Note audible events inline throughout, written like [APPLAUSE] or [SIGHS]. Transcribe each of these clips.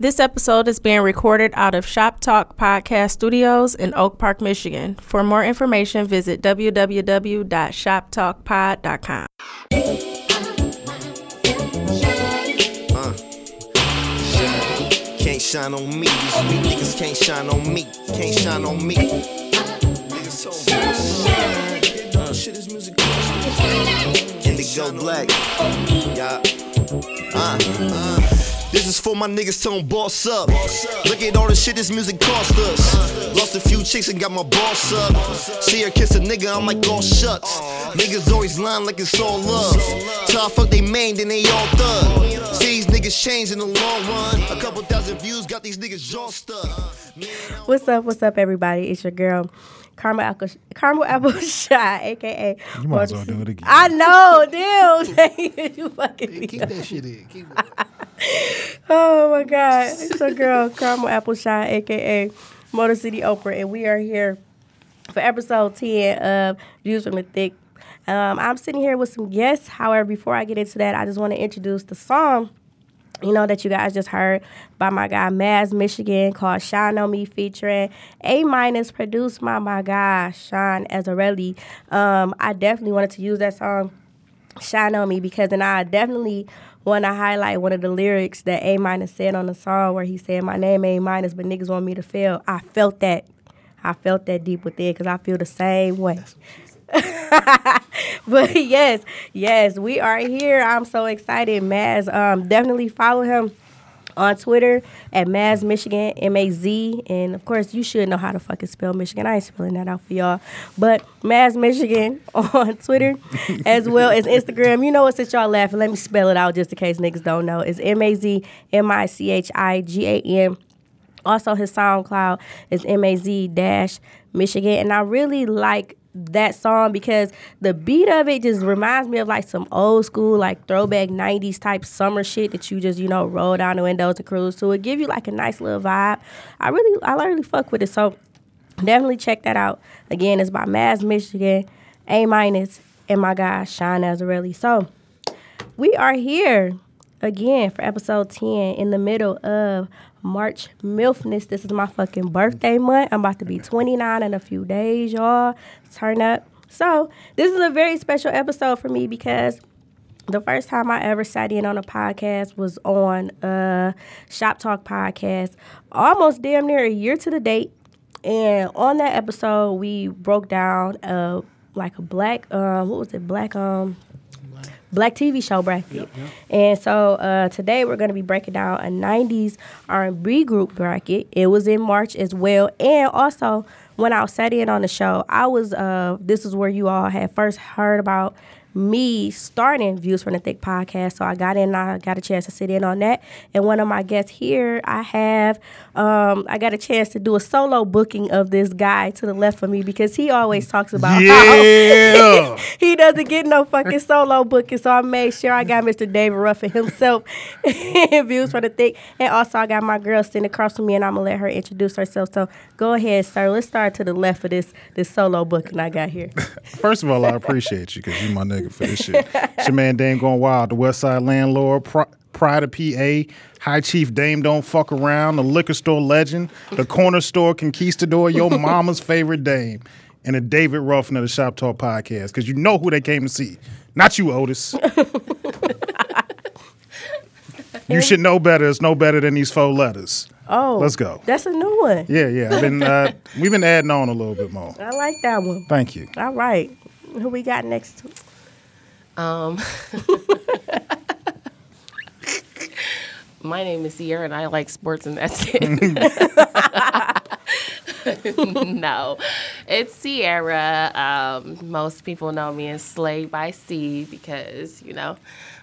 This episode is being recorded out of Shop Talk Podcast Studios in Oak Park, Michigan. For more information, visit www.shoptalkpod.com. Uh, shine. Can't shine on me. These weak niggas can't shine on me. Can't shine on me. Niggas so shine. Uh, shit is music. Indigo black. Yeah. Uh, uh. This is for my niggas tone boss up. Look at all the shit this music cost us. Lost a few chicks and got my boss up. See her kiss a nigga, I'm like, oh shucks. Niggas always lying like it's all love. Till I fuck they main, then they all thug. See these niggas change in the long run. A couple thousand views got these niggas jaw stuck. Man, I What's up? What's up, everybody? It's your girl, Caramel Apple, Caramel Apple [LAUGHS] Shy, aka. You might as well do it again. I know, damn. [LAUGHS] you fucking. Keep that shit in. Keep it. [LAUGHS] Oh my god, it's your girl, Caramel Apple Shy, aka Motor City Oprah, and we are here for episode ten of Views from the Thick. Um, I'm sitting here with some guests. However, before I get into that, I just want to introduce the song. You know that you guys just heard by my guy Maz Michigan called Shine on Me featuring A minus produced by my guy Sean Azarelli. Um, I definitely wanted to use that song Shine on Me because then I definitely want to highlight one of the lyrics that A minus said on the song where he said my name A minus but niggas want me to fail. I felt that. I felt that deep within because I feel the same way. [LAUGHS] but yes, yes, we are here. I'm so excited, Maz. Um, definitely follow him on Twitter at Maz Michigan M A Z, and of course you should know how to fucking spell Michigan. I ain't spelling that out for y'all, but Maz Michigan [LAUGHS] on Twitter as well as Instagram. You know what? Since y'all laughing, let me spell it out just in case niggas don't know. It's M A Z M I C H I G A N. Also, his SoundCloud is MAZ dash Michigan, and I really like that song because the beat of it just reminds me of like some old school, like throwback '90s type summer shit that you just you know roll down the windows and cruise to. It give you like a nice little vibe. I really, I really fuck with it. So definitely check that out. Again, it's by Maz Michigan, A minus, and my guy Sean Azarelli. So we are here again for episode 10 in the middle of March Milfness. This is my fucking birthday month. I'm about to be 29 in a few days, y'all. Turn up. So, this is a very special episode for me because the first time I ever sat in on a podcast was on uh Shop Talk podcast, almost damn near a year to the date. And on that episode, we broke down uh like a black um what was it black um black TV show bracket. And so uh, today we're going to be breaking down a '90s R&B group bracket. It was in March as well, and also when I sat in on the show, I was. Uh, this is where you all had first heard about me starting Views from the Thick podcast. So I got in, I got a chance to sit in on that. And one of my guests here, I have, um, I got a chance to do a solo booking of this guy to the left of me because he always talks about how Yeah. [LAUGHS] he doesn't get no fucking solo booking. So I made sure I got Mr. David Ruffin himself [LAUGHS] in Views for the Thick. And also I got my girl sitting across from me and I'm gonna let her introduce herself. So go ahead, sir. Let's start to the left of this this solo booking I got [LAUGHS] here. [LAUGHS] First of all, I appreciate you because you my nigga for this shit. It's your man Dame going wild, the West Side landlord, pri- pride of PA, High Chief Dame don't fuck around, the liquor store legend, the corner store conquistador, your mama's favorite Dame, and the David Ruffin of the Shop Talk podcast because you know who they came to see, not you, Otis. you should know better. It's no better than these four letters. Oh Let's go. That's a new one. Yeah, yeah. I've been uh, we've been adding on a little bit more. I like that one. Thank you. All right. Who we got next? Um, my name is Sierra, and I like sports, and that's it. [LAUGHS] no, it's Sierra. Um, most people know me as Slave by C because you know,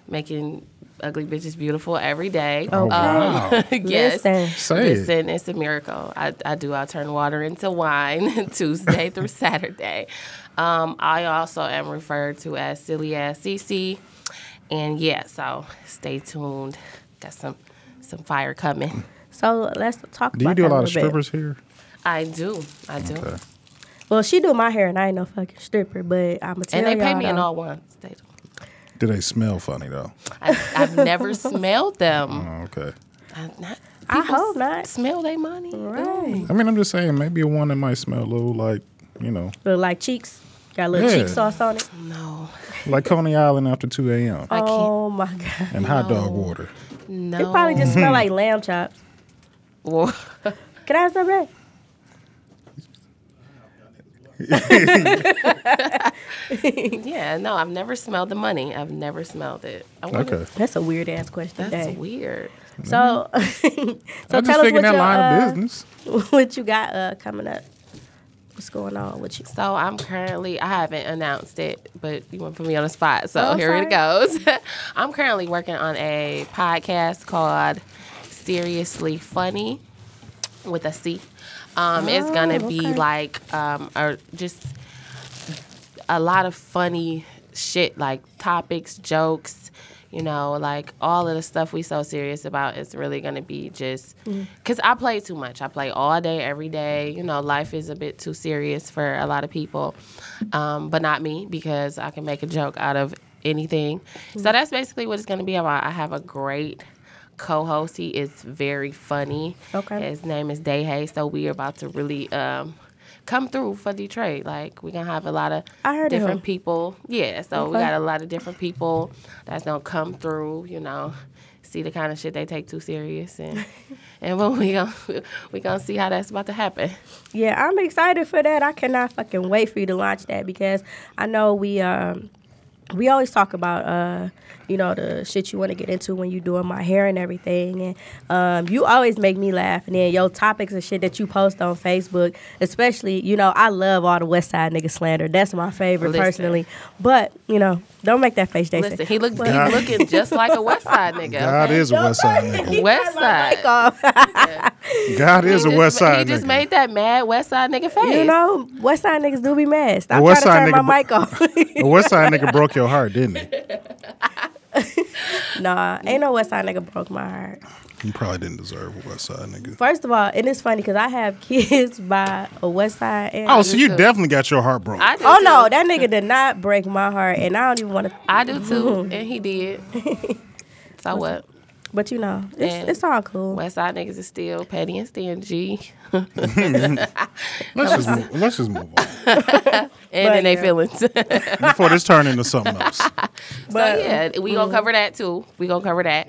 making ugly bitches beautiful every day. Oh, wow. [LAUGHS] yes. Listen. Say it. Listen, it's a miracle. I, I do. I turn water into wine [LAUGHS] Tuesday [LAUGHS] through Saturday. Um, I also am referred to as Silly Ass CC. And yeah, so stay tuned. Got some some fire coming. So let's talk Do you about do a that lot of little bit. strippers here? I do. I do. Well, she do my hair and I ain't no fucking stripper, but I'm gonna tell And they pay y'all me in though. all ones. They don't. Do they smell funny though? [LAUGHS] I, I've never smelled them. Oh, okay. I'm not, I hope not. Smell they money. Right. I mean, I'm just saying, maybe a one that might smell a little like, you know, Look like cheeks. Got a little Yeah. cheek sauce on it. No, like Coney Island after 2 a.m. I can't. Oh my god. [LAUGHS] and hot dog water. No. It probably just smell like lamb chops. Well, Can I have some bread? [LAUGHS] yeah, no, I've never smelled the money. I've never smelled it. I wonder- Okay. That's a weird ass question. That's Dang. weird. So, [LAUGHS] so I'm just tell us thinking what, that your, line uh, of business. [LAUGHS] what you got uh, coming up. What's going on with you? So I'm currently, I haven't announced it, but you want to put me on the spot. So Oh, here it goes. [LAUGHS] I'm currently working on a podcast called Seriously Funny with a C. Um, it's going to be like um, or just a lot of funny shit, like topics, jokes. You know, like all of the stuff we so serious about is really gonna be just because I play too much. I play all day, every day. You know, life is a bit too serious for a lot of people, um, but not me because I can make a joke out of anything. So that's basically what it's gonna be about. I have a great co-host. He is very funny. Okay. His name is Day Hay. So we are about to really um, come through for Detroit. Like we're gonna have a lot of I heard of different him. people. Yeah. So we Okay. got a lot of different people that's gonna come through. You know, see the kind of shit they take too [LAUGHS] serious, and and when we gonna we gonna see how that's about to happen. Yeah, I'm excited for that. I cannot fucking wait for you to launch that because I know we um we always talk about uh you know the shit you want to get into when you doing my hair and everything and um you always make me laugh and then your topics and shit that you post on Facebook especially you know I love all the West Side nigga slander that's my favorite Listen. personally but you know don't make that face Jason Listen, he look God. he looking just like a West Side [LAUGHS] nigga. God okay? is a West Side nigga. West Side. God He is a just- West He Side just nigga. [LAUGHS] made that mad West Side nigga face. you know West Side niggas do be mad stop West trying to Side turn my nigga mic off [LAUGHS] The West Side nigga broke your heart, didn't he? Nah, ain't no West Side nigga broke my heart. You probably didn't deserve a West Side nigga. First of all, and it's funny because I have kids [LAUGHS] by a West Side. And Oh, so you too. definitely got your heart broken. I do oh too. no, that nigga did not break my heart, and I don't even want to. I do [LAUGHS] too, and he did. So what? But you know, it's, And- it's all cool. West Side niggas is still petty and stingy, Let's just move, let's just move on and But in their yeah. feelings. [LAUGHS] so before this turn into something else. But mm-hmm. yeah, we gonna cover that too. We gonna cover that.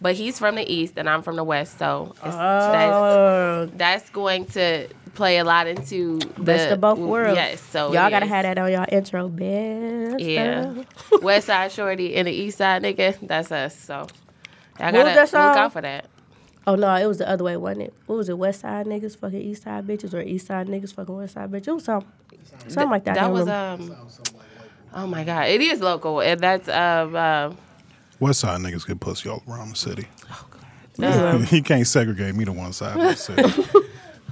But he's from the east, and I'm from the west, so it's, that's, Oh, that's going to play a lot into the best of both worlds. Yes, so y'all gotta yes. have that on y'all intro, best. Yeah, of- [LAUGHS] west side shorty and the east side nigga. That's us. So I What was gotta that look song? out for that. Oh no, it was the other way, wasn't it? What was it? West Side niggas fucking East Side bitches, or East Side niggas fucking West Side bitches? It was something, something like that. I That don't was remember. um. Oh my god, it is local, and that's um. um West Side niggas get pussy all around the city. Oh, um, [LAUGHS] he can't segregate me to one side [LAUGHS] of the city.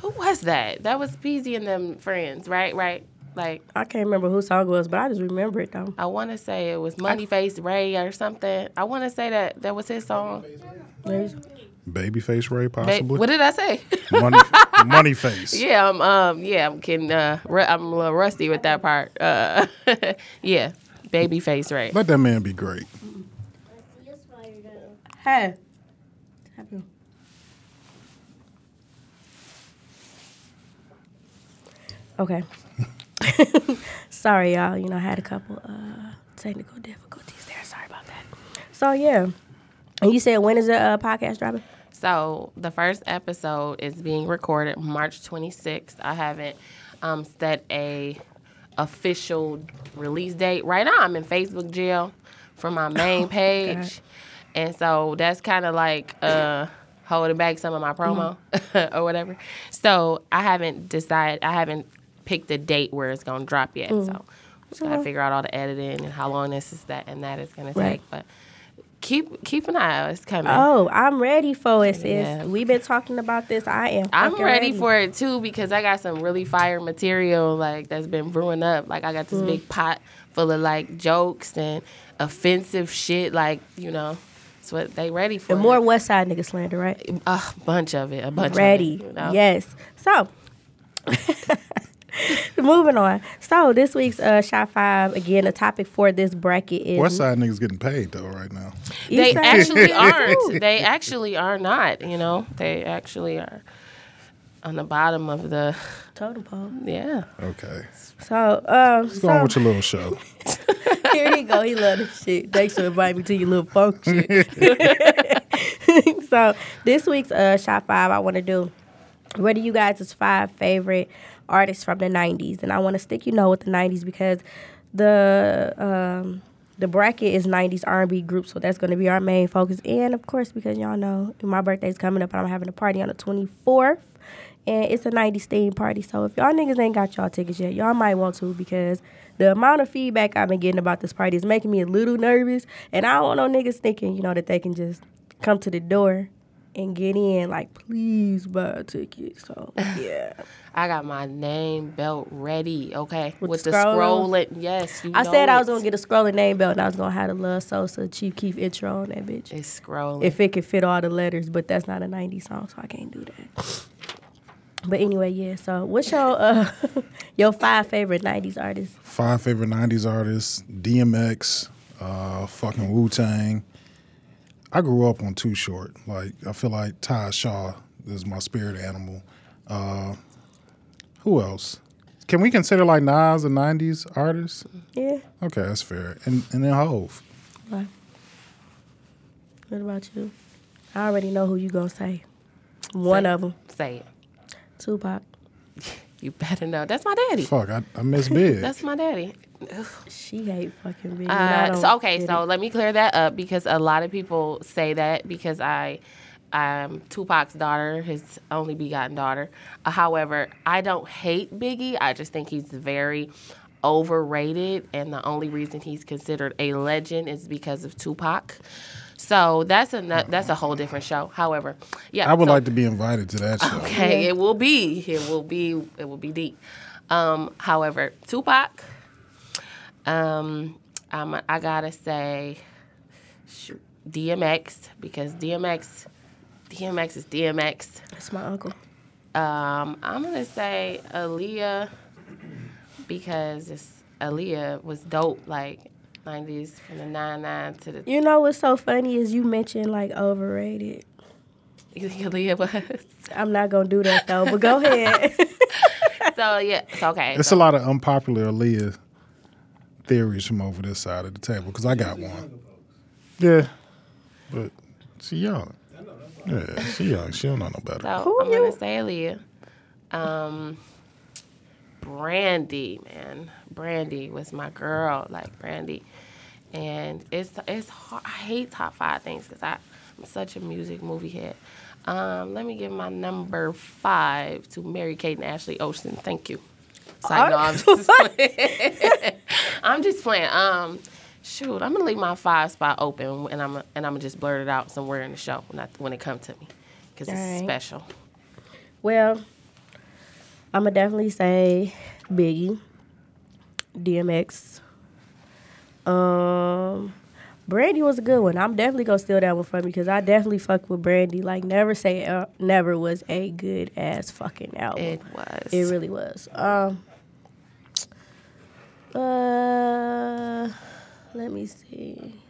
Who was that? That was Peasy and them friends, right? Right. Like I can't remember who song it was, but I just remember it though. I want to say it was Money Face Ray or something. I want to say that that was his song. Maybe- Babyface Ray, Ba- possibly. what did I say? [LAUGHS] money, money face. yeah, I'm um yeah I'm kidding. Uh, ru- I'm a little rusty with that part. Uh, [LAUGHS] yeah, Baby Face Ray. Let that man be great. Hey. Okay. [LAUGHS] Sorry, y'all. You know, I had a couple uh, technical difficulties there. Sorry about that. So, yeah. And you said, when is the uh, podcast dropping? So the first episode is being recorded March 26th. I haven't um, set a official release date. Right now, I'm in Facebook jail for [LAUGHS] my main page, and so that's kind of like uh, holding back some of my promo Mm-hmm. [LAUGHS] or whatever. So I haven't decided. I haven't picked a date where it's gonna drop yet. Mm. So. Just gotta figure out all the editing and how long this is that and that is gonna Right. take, but keep keep an eye out. It's coming. Oh, I'm ready for it, sis. Yeah. We've been talking about this. I am. I'm fucking ready, for it too because I got some really fire material like that's been brewing up. Like I got Mm. this big pot full of like jokes and offensive shit. Like you know, it's what they ready for. And more West Side nigga slander, right? a bunch of it, a bunch. ready. Of it, you know? Yes. So [LAUGHS] Moving on. So this week's uh, shot five again. The topic for this bracket is West Side niggas getting paid though right now. East They Side. [LAUGHS] actually aren't. They actually are not. You know, they actually are on the bottom of the Totem pole. yeah. Okay, So, um, go on so with your little show. [LAUGHS] here you go. He love this shit. Thanks for inviting me to your little funk shit. [LAUGHS] so this week's uh, shot five, I want to do. What are you guys' is five favorite artists from the '90s? And I want to stick, you know, with the '90s because the um, the bracket is '90s R&B group, so that's going to be our main focus. And of course, because y'all know my birthday's coming up, and I'm having a party on the 24th, and it's a '90s theme party. So if y'all niggas ain't got y'all tickets yet, y'all might want to because the amount of feedback I've been getting about this party is making me a little nervous, and I don't want no niggas thinking, you know, that they can just come to the door and get in. Like, please buy a ticket. [LAUGHS] So yeah, I got my name belt ready, okay? With, With the the scroll? scrolling. Yes, you I know said I was it. gonna get a scrolling name belt, and I was gonna have the Love Sosa Chief Keef intro on that bitch. It's scrolling. If it could fit all the letters, but that's not a '90s song, so I can't do that. But anyway, yeah. So, what's your uh, [LAUGHS] your five favorite '90s artists? Five favorite '90s artists: DMX, uh, fucking Wu Tang. I grew up on Too Short. Like I feel like Ty Shaw is my spirit animal. Uh, who else? Can we consider like Nas a '90s artist? Yeah. Okay, that's fair. And and then Hove. Why? What about you? I already know who you gonna say. One of 'em. of them, Say it. Tupac. You better know. That's my daddy. Fuck, I, I [LAUGHS] miss Big. That's my daddy. She hate fucking bitch. Uh, so okay, so let me clear that up because a lot of people say that because I, I'm Tupac's daughter, his only begotten daughter. Uh, however, I don't hate Biggie. I just think he's very overrated, and the only reason he's considered a legend is because of Tupac. So that's a that's a whole different show. However, yeah, I would so- like to be invited to that show. Okay, it will be. It will be. It will be deep. Um, however, Tupac. Um, I'm, I gotta say, shoot, DMX because DMX, DMX is DMX. That's my uncle. Um, I'm gonna say Aaliyah because it's, Aaliyah was dope. Like. 90s from the 99 to the You know what's so funny is you mentioned like overrated. you think [LAUGHS] Aaliyah was. I'm not gonna do that though, but [LAUGHS] go ahead. So yeah, it's okay. It's a lot of unpopular Aaliyah theories from over this side of the table because I got one. Yeah, but she young. Yeah, she young. She don't know no better. So Who I'm gonna you- say Aaliyah. Um, Brandy, man, Brandy was my girl, like Brandy, and it's it's hard. I hate top five things because I'm such a music movie head. Um, let me give my number five to Mary Kate and Ashley Olsen. Thank you. So I [LAUGHS] know I'm just playing. [LAUGHS] I'm just playing. Um, shoot, I'm gonna leave my five spot open, and I'm and I'm gonna just blurt it out somewhere in the show when I, when it comes to me, because it's Alright. special. well, I'ma definitely say Biggie, DMX. Um Brandy was a good one. I'm definitely gonna steal that one from you because I definitely fuck with Brandy. Like never say uh, never was a good ass fucking album. It was. It really was. Um, uh, let me see.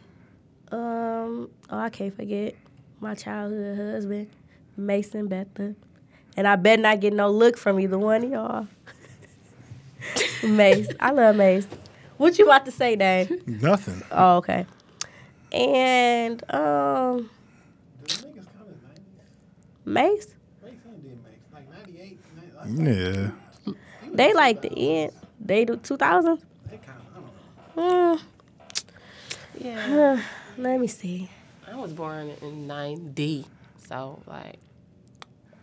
Um, oh, I can't forget my childhood husband, Mason Betha. And I bet not get no look from either one of y'all. Mace. I love Mace. What you about to say, Dave? Nothing. Oh, okay. And um Mace? Yeah, They like the end. They do 2000? Mm, yeah. Hmm. [SIGHS] let me see. I was born in '90, so like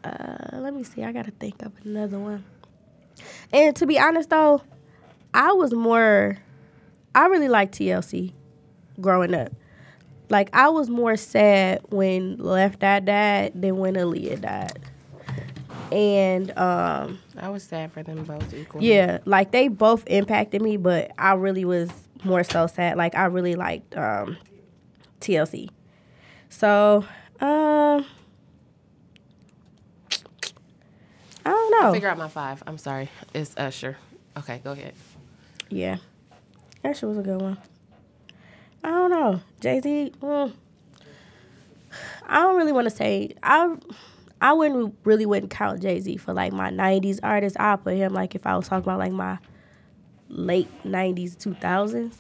Uh, let me see. I gotta think of another one. And to be honest though, I was more. I really liked TLC growing up. Like I was more sad when Left Eye died than when Aaliyah died. And um, I was sad for them both equally. yeah, like they both impacted me, but I really was more so sad. Like I really liked um, TLC. So um, I don't know. Figure out my five. I'm sorry. It's Usher. Okay, go ahead. Yeah. That shit was a good one. I don't know. Jay Z, mm, I don't really want to say I I wouldn't really wouldn't count Jay Z for like my nineties artists. I'll put him like if I was talking about like my late nineties, two thousands.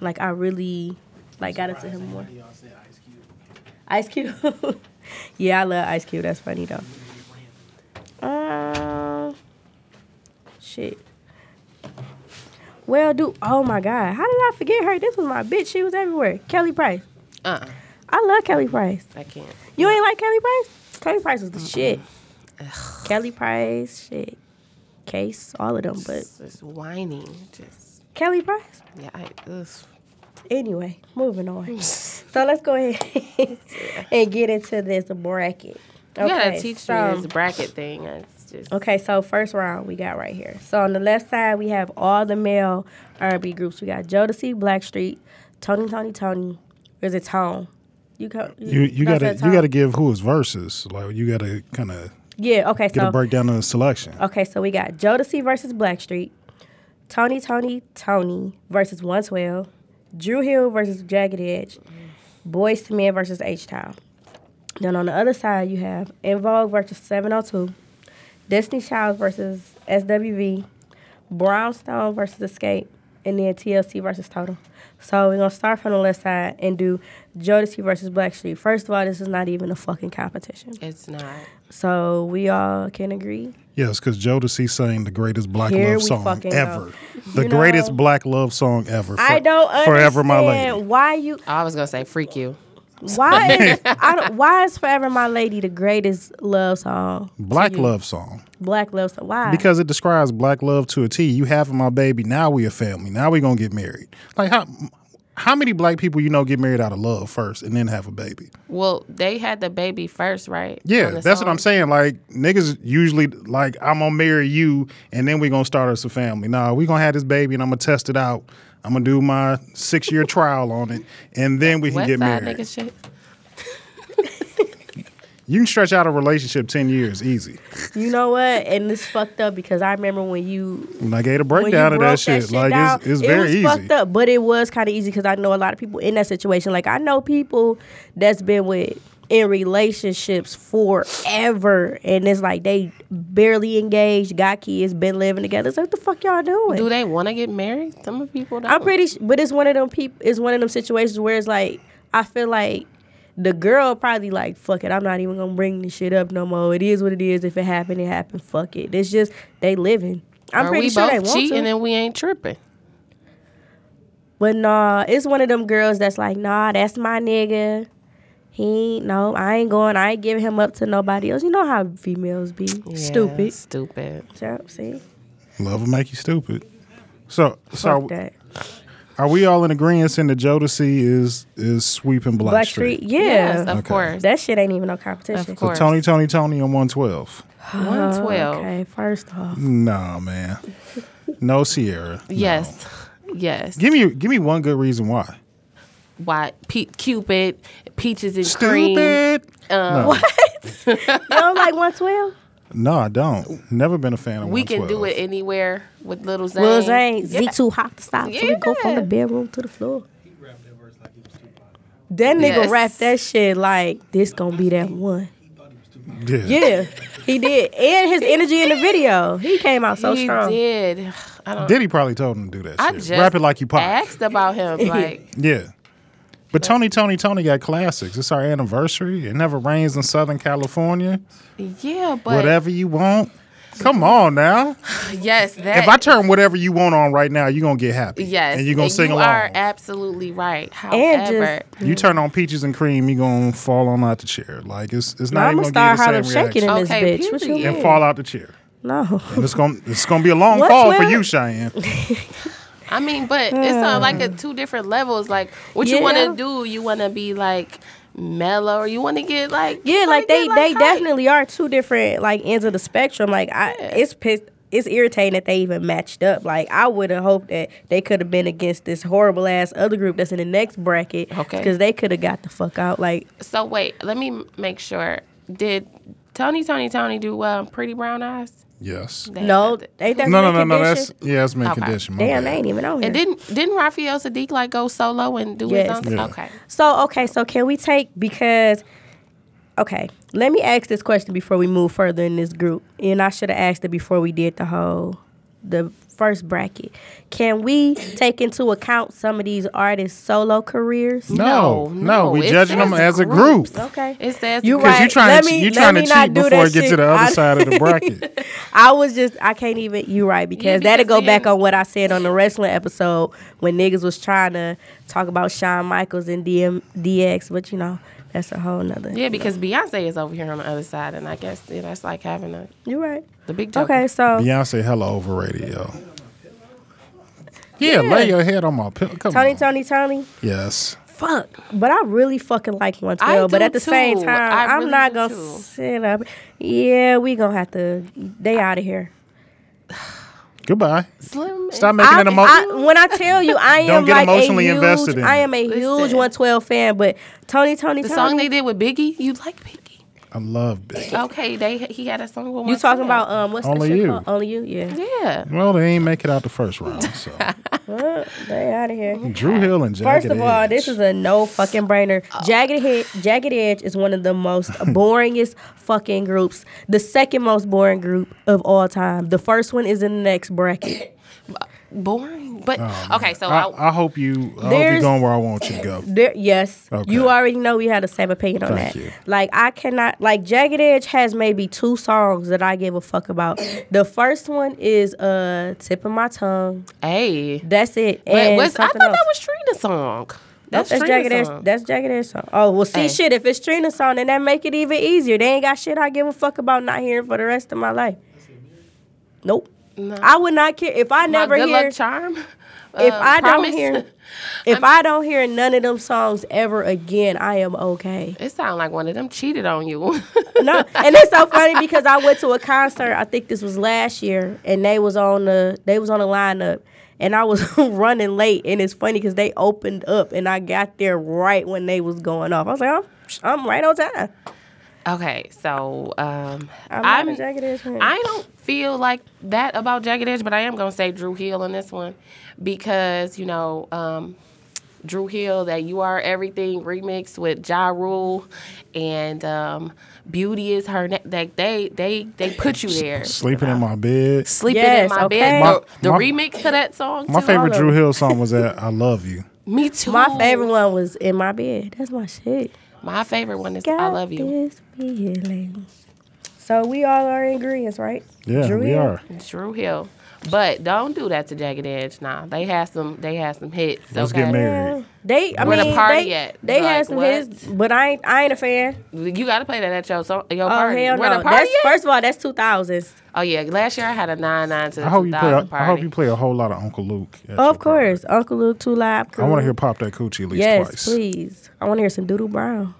Like I really like got into him more. Ice Cube. [LAUGHS] yeah, I love Ice Cube. That's funny though. Um, shit. Well, do oh my god, how did I forget her? This was my bitch. She was everywhere. Kelly Price. Uh, uh I love Kelly Price. I can't. You ain't like Kelly Price? Kelly Price was the shit. Kelly Price, shit, Case, all of them. But It's just whining. Just Kelly Price. yeah. I, ugh. Anyway, moving [LAUGHS] on. so let's go ahead [LAUGHS] and get into this bracket. You gotta teach so- me this bracket thing. It's just Okay, so first round we got right here. So on the left side we have all the male R&B groups. We got Jodeci, Blackstreet, Tony, Tony, Tony. Or is it Tone? You co- You you no, gotta it's you Tone. gotta give who is versus. Like you gotta kind of yeah. Okay, get so a breakdown of the selection. okay, so we got Jodeci versus Blackstreet, Tony, Tony, Tony versus One Twelve, Drew Hill versus Jagged Edge, Boys to Men versus H Town. Then on the other side you have In Vogue versus Seven O Two, Destiny Child versus SWV, Brownstone versus Escape, and then TLC versus Total. So we're gonna start from the left side and do Jodeci versus Blackstreet. First of all, this is not even a fucking competition. it's not. Oh, So we all can agree. Yes, because Jodeci sang the greatest black Here love we song fucking ever. go. The You greatest know, black love song ever. I For- don't understand Forever My Lady. why you I was gonna say freak you. [LAUGHS] why is, I don't, why is Forever My Lady the greatest love song? Black love song. Black love song. Why? Because it describes black love to a T. You having my baby, now we a family. Now we gonna get married. Like how how many black people you know get married out of love first and then have a baby? Well, they had the baby first, right? Yeah, On the that's what I'm song? saying. Like niggas usually like I'm gonna marry you and then we gonna start us a family. Nah, we gonna have this baby and I'm gonna test it out. I'm gonna do my [LAUGHS] six year trial on it and then we can West get Side married. nigga shit. You can stretch out a relationship ten years easy. you know what? And it's fucked up because I remember when you And I gave a when you breakdown of broke that shit. like down, it's, it's it very was easy. fucked up, but it was kind of easy because I know a lot of people in that situation. Like I know people that's been with in relationships forever, and it's like they barely engaged, got kids, been living together. It's like what the fuck y'all doing? Do they want to get married? Some of people don't. I'm pretty, sh- but it's one of them people. It's one of them situations where it's like I feel like the girl probably like fuck it. I'm not even gonna bring this shit up no more. It is what it is. If it happened, it happened. Fuck it. It's just they living. I'm Or pretty we sure they both want cheating to. and we ain't tripping. But nah, it's one of them girls that's like, nah, that's my nigga. He ain't no, I ain't going. I ain't giving him up to nobody else. You know how females be Yeah, stupid. Stupid. Yeah, See, Love will make you stupid. So fuck so that. are we all in agreement in the Jodeci is is sweeping Black, Black Street? Street, yeah. Yes, of Okay. course. that shit ain't even no competition. Of course. Tony, Tony, Tony on one twelve. One twelve. Okay, first off, [LAUGHS] Nah, man. No Sierra. Yes. Yes. Give me give me one good reason why. Why Pe- Cupid, peaches and cream. Uh, Stupid. no. you don't like one twelve. no, I don't. Never been a fan of We can do 112. it anywhere with little Zane. Lil Zane, Yeah. Z too hot to stop. So we go from the Yeah. bedroom to the floor. That nigga Yes. rapped that shit like this gonna be that one. Yeah. Yeah, [LAUGHS] he did, and his energy in the video, he came out so he strong. did. I don't. Diddy probably told him to do that I shit. just Rap it like you pop. asked about [LAUGHS] him. Like Yeah. But Tony, Tony, Tony got classics. It's our anniversary. It never rains in Southern California. yeah, but Whatever you want. Come on now. Yes, that. If I turn whatever you want on right now, you're gonna get happy. yes, And you're gonna sing you along. are absolutely right. And However, you turn on peaches and cream, you're gonna fall on out the chair. Like it's it's not I'ma even gonna start give you Harlem the same shaking reaction. in this Okay, bitch. What you period. mean? and fall out the chair. No. [LAUGHS] And it's gonna it's gonna be a long What's fall for with- you, Cheyenne. I mean, but it's on [SIGHS] like a two different levels. Like what you want Yeah. to do, you want to be like mellow, or you want to get like Yeah, you like wanna they get, like, they hype. definitely are two different like ends of the spectrum. Like I, it's pissed. It's irritating that they even matched up. Like I would have hoped that they could have been against this horrible ass other group that's in the next bracket. Okay. because they could have got the fuck out. Like So wait, let me m- make sure. Did Tony Tony Tony do um, uh, Pretty Brown Eyes? [LAUGHS] Yes. They No, had it. ain't that uh, No, no, mint no, no. That's condition? yeah, that's mint Okay. condition. my damn. bad. They ain't even on here. And didn't didn't Raphael Sadiq like go solo and do Yes. his own? thing? Yeah. Okay. So okay, so can we take because okay, let me ask this question before we move further in this group. And I should have asked it before we did the whole the first bracket. Can we take into account some of these artists' solo careers? No, No, no, no, we it judging says them as a group. groups. Okay. It says You Because right. you're trying Let to, che- me- you're let trying to me not cheat do before that it get to shit. the I- other [LAUGHS] side of the bracket. I was just I can't even you right because, Yeah, because that'll go back then- on what I said on the wrestling episode when niggas was trying to talk about Shawn Michaels and DM, DX, but you know, that's a whole nother Yeah, because Beyonce is over here on the other side, and I guess yeah, that's like having a You're right. the big joke. Okay, so Beyonce, hella overrated, yo. Yeah, lay your head on my pillow. Come Tony, on. Tony, Tony. Yes. Fuck. But I really fucking like 112. I But do at the same too. time, I I'm really not do gonna too. sit up. Yeah, we gonna have to. They out of here. Goodbye. Slim. Stop and- making I, an emotion. I- when I tell you, I am Don't get like emotionally a huge, invested in I it. am a huge Listen. 112 fan. But Tony, Tony, the Tony. song they did with Biggie. You like Biggie? I love Oh. Big. Okay, they he had a song with you one talking song. about um? What's Only the shit You. called? Only you. Yeah. Yeah. Well, they ain't make it out the [LAUGHS] first round. So Well, they out of here. Drew Hill and Jagged First of all, this Edge. is a no fucking brainer. Uh, Jagged Head, Jagged Edge is one of the most [LAUGHS] boringest fucking groups. The second most boring group of all time. The first one is in the next [COUGHS] bracket. Boring. But Oh, okay, man. so I, I, I hope you. I hope you're There's- going where I want you to go. There, yes, Okay. you already know we had the same opinion on Thank that. you. Like I cannot, like Jagged Edge has maybe two songs that I give a fuck [COUGHS] about. The first one is uh "Tip of My Tongue." hey, That's it. but and was, I something thought else. that was Trina's song. That's, that's Trina's jagged song. ass. That's jagged ass song. Oh well, see Hey. shit. If it's Trina's song, then that make it even easier. They ain't got shit I give a fuck about not hearing for the rest of my life. Nope. No. I would not care if I My never good hear luck uh, charm. [LAUGHS] If if I don't [LAUGHS] hear if I don't hear none of them songs ever again. I am okay. It sounds like one of them cheated on you. [LAUGHS] No, and it's so funny because I went to a concert. I think this was last year, and they was on the they was on the lineup, and I was [LAUGHS] running late. And it's funny because they opened up, and I got there right when they was going off. I was like, I'm, I'm right on time. Okay, so um, I'm I'm, not a Jagged Edge fan. I don't feel like that about Jagged Edge, but I am gonna say Drew Hill on this one because you know um, Drew Hill that you are everything remix with Ja Rule and um, Beauty is her. Na- that they they they put you there. Sleeping in my bed. Sleeping Yes, in my okay. bed. My- the my- remix to that song. My too. favorite of Drew them. Hill song was that "I Love You." Me too. My favorite one was in my bed. That's my shit. My favorite one is I love you. This feeling. So we all are in agreement, right? Yeah, Drew we Hill? are. Drew Hill. But don't do that to Jagged Edge now. They had some they had some hits. Let's okay? get married. They, I Where the mean, party they, at? they had Like, some what? hits, but I ain't, I ain't a fan. You gotta play that at your so, your Oh party. hell Where no! the party That's at? first of all, that's two thousands. Oh yeah, last year I had a nine nine to the I hope two you play. thousand I hope party. you play a whole lot of Uncle Luke. at your Of party. course, Uncle Luke, Two Live Crew. I want to hear "Pop That Coochie" at least Yes, twice. please. I want to hear some Doodle Brown.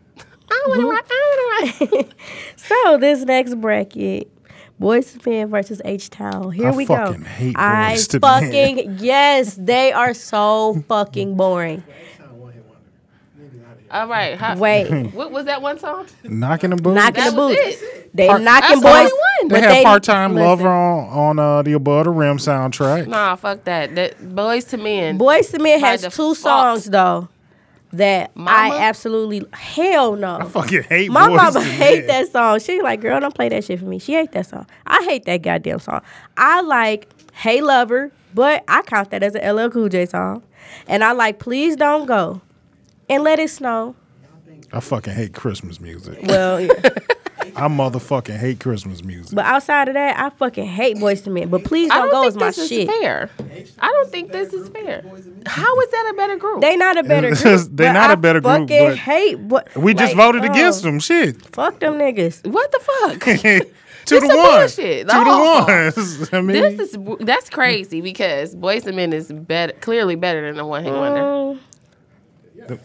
[LAUGHS] I wanna rock, I wanna rock. So this next bracket, Boys to Men versus H Town. Here I we fucking go. hate I Boyz II Men. fucking yes, they are so fucking boring. All right. Huh. [LAUGHS] Wait, What was that one song? Knocking the boots. knocking That the was boots. it. They Part- knocking That's the boys. only one. They but had part time listen, lover on on uh, the Above the Rim soundtrack. Nah, fuck that. That boys to men. Boys to Men By has two default. songs though that Mama? I absolutely hell no. I [LAUGHS] fucking hate. My [LAUGHS] Boyz mama II Men. hate that song. She like, girl, don't play that shit for me. She hate that song. I hate that goddamn song. I like Hey Lover, but I count that as an LL Cool J song. And I like Please Don't Go and Let It Snow. I fucking hate Christmas music. Well, yeah. I motherfucking hate Christmas [LAUGHS] music. but outside of that, I fucking hate Boys to Men. But Please I Don't don't Go think is my this shit. is fair. I don't think this is fair. How is that a better group? They not a better It's group. just- [LAUGHS] they but not I a better group, Fucking but hate. But we like, just voted oh, against them. Shit. [LAUGHS] Fuck them niggas. what the [LAUGHS] fuck? Two to one. uh, This some bullshit. Two No. to ones. [LAUGHS] I mean, This is that's crazy because Boys and Men is better, clearly better than the One Hit Wonder. Mm,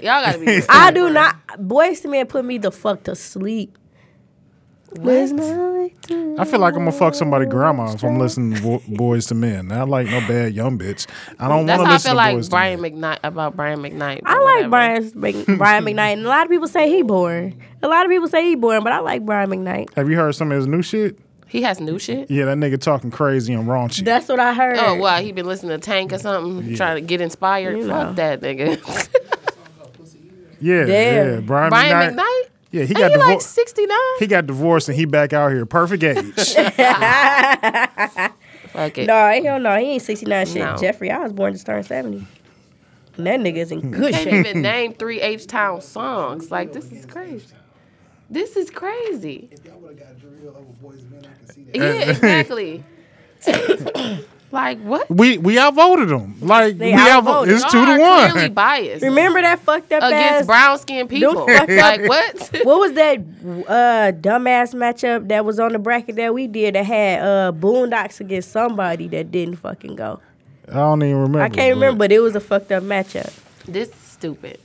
Y'all [LAUGHS] gotta be. I do not. Boys to Men put me the fuck to sleep. There's no way to- I feel like I'm gonna fuck somebody grandma if I'm listening to Bo- Boys to Men. I like no bad young bitch. I don't That's want how to I listen feel to like Boys Brian to Men. McKnight about Brian McKnight. but I whatever. like Brian Mc- Brian McKnight, and a lot of people say he boring. A lot of people say he boring, but I like Brian McKnight. Have you heard some of his new shit? He has new shit. Yeah, that nigga talking crazy and raunchy. That's what I heard. Oh wow, he been listening to Tank or something, trying to get inspired. You know. Fuck [LAUGHS] that nigga. yeah, Damn. yeah. Brian, Brian McKnight. McKnight. Yeah, he Ain't got he like divorced. sixty nine. he got divorced and he back out here. Perfect [LAUGHS] age. Fuck it. No, hell no, he ain't 69 shit. No. Jeffrey Osborne just turned 70. And that nigga's in good [LAUGHS] Can't shape. [LAUGHS] even name three H Town songs. Like this is crazy. This is crazy. Y'all would have got Jarrell over Boys and Men. I can see that. [LAUGHS] Yeah, exactly. [COUGHS] like what? we we outvoted him. Like They we outvoted. outvoted. It's Y'all two to are Clearly one. biased Remember that fucked up ass? against brown skinned people. Don't [LAUGHS] fuck up. Like what? [LAUGHS] what was that uh, dumbass matchup that was on the bracket that we did that had uh, Boondocks against somebody that didn't fucking go? I don't even remember. I can't but- remember, but it was a fucked up matchup. This is [LAUGHS] stupid.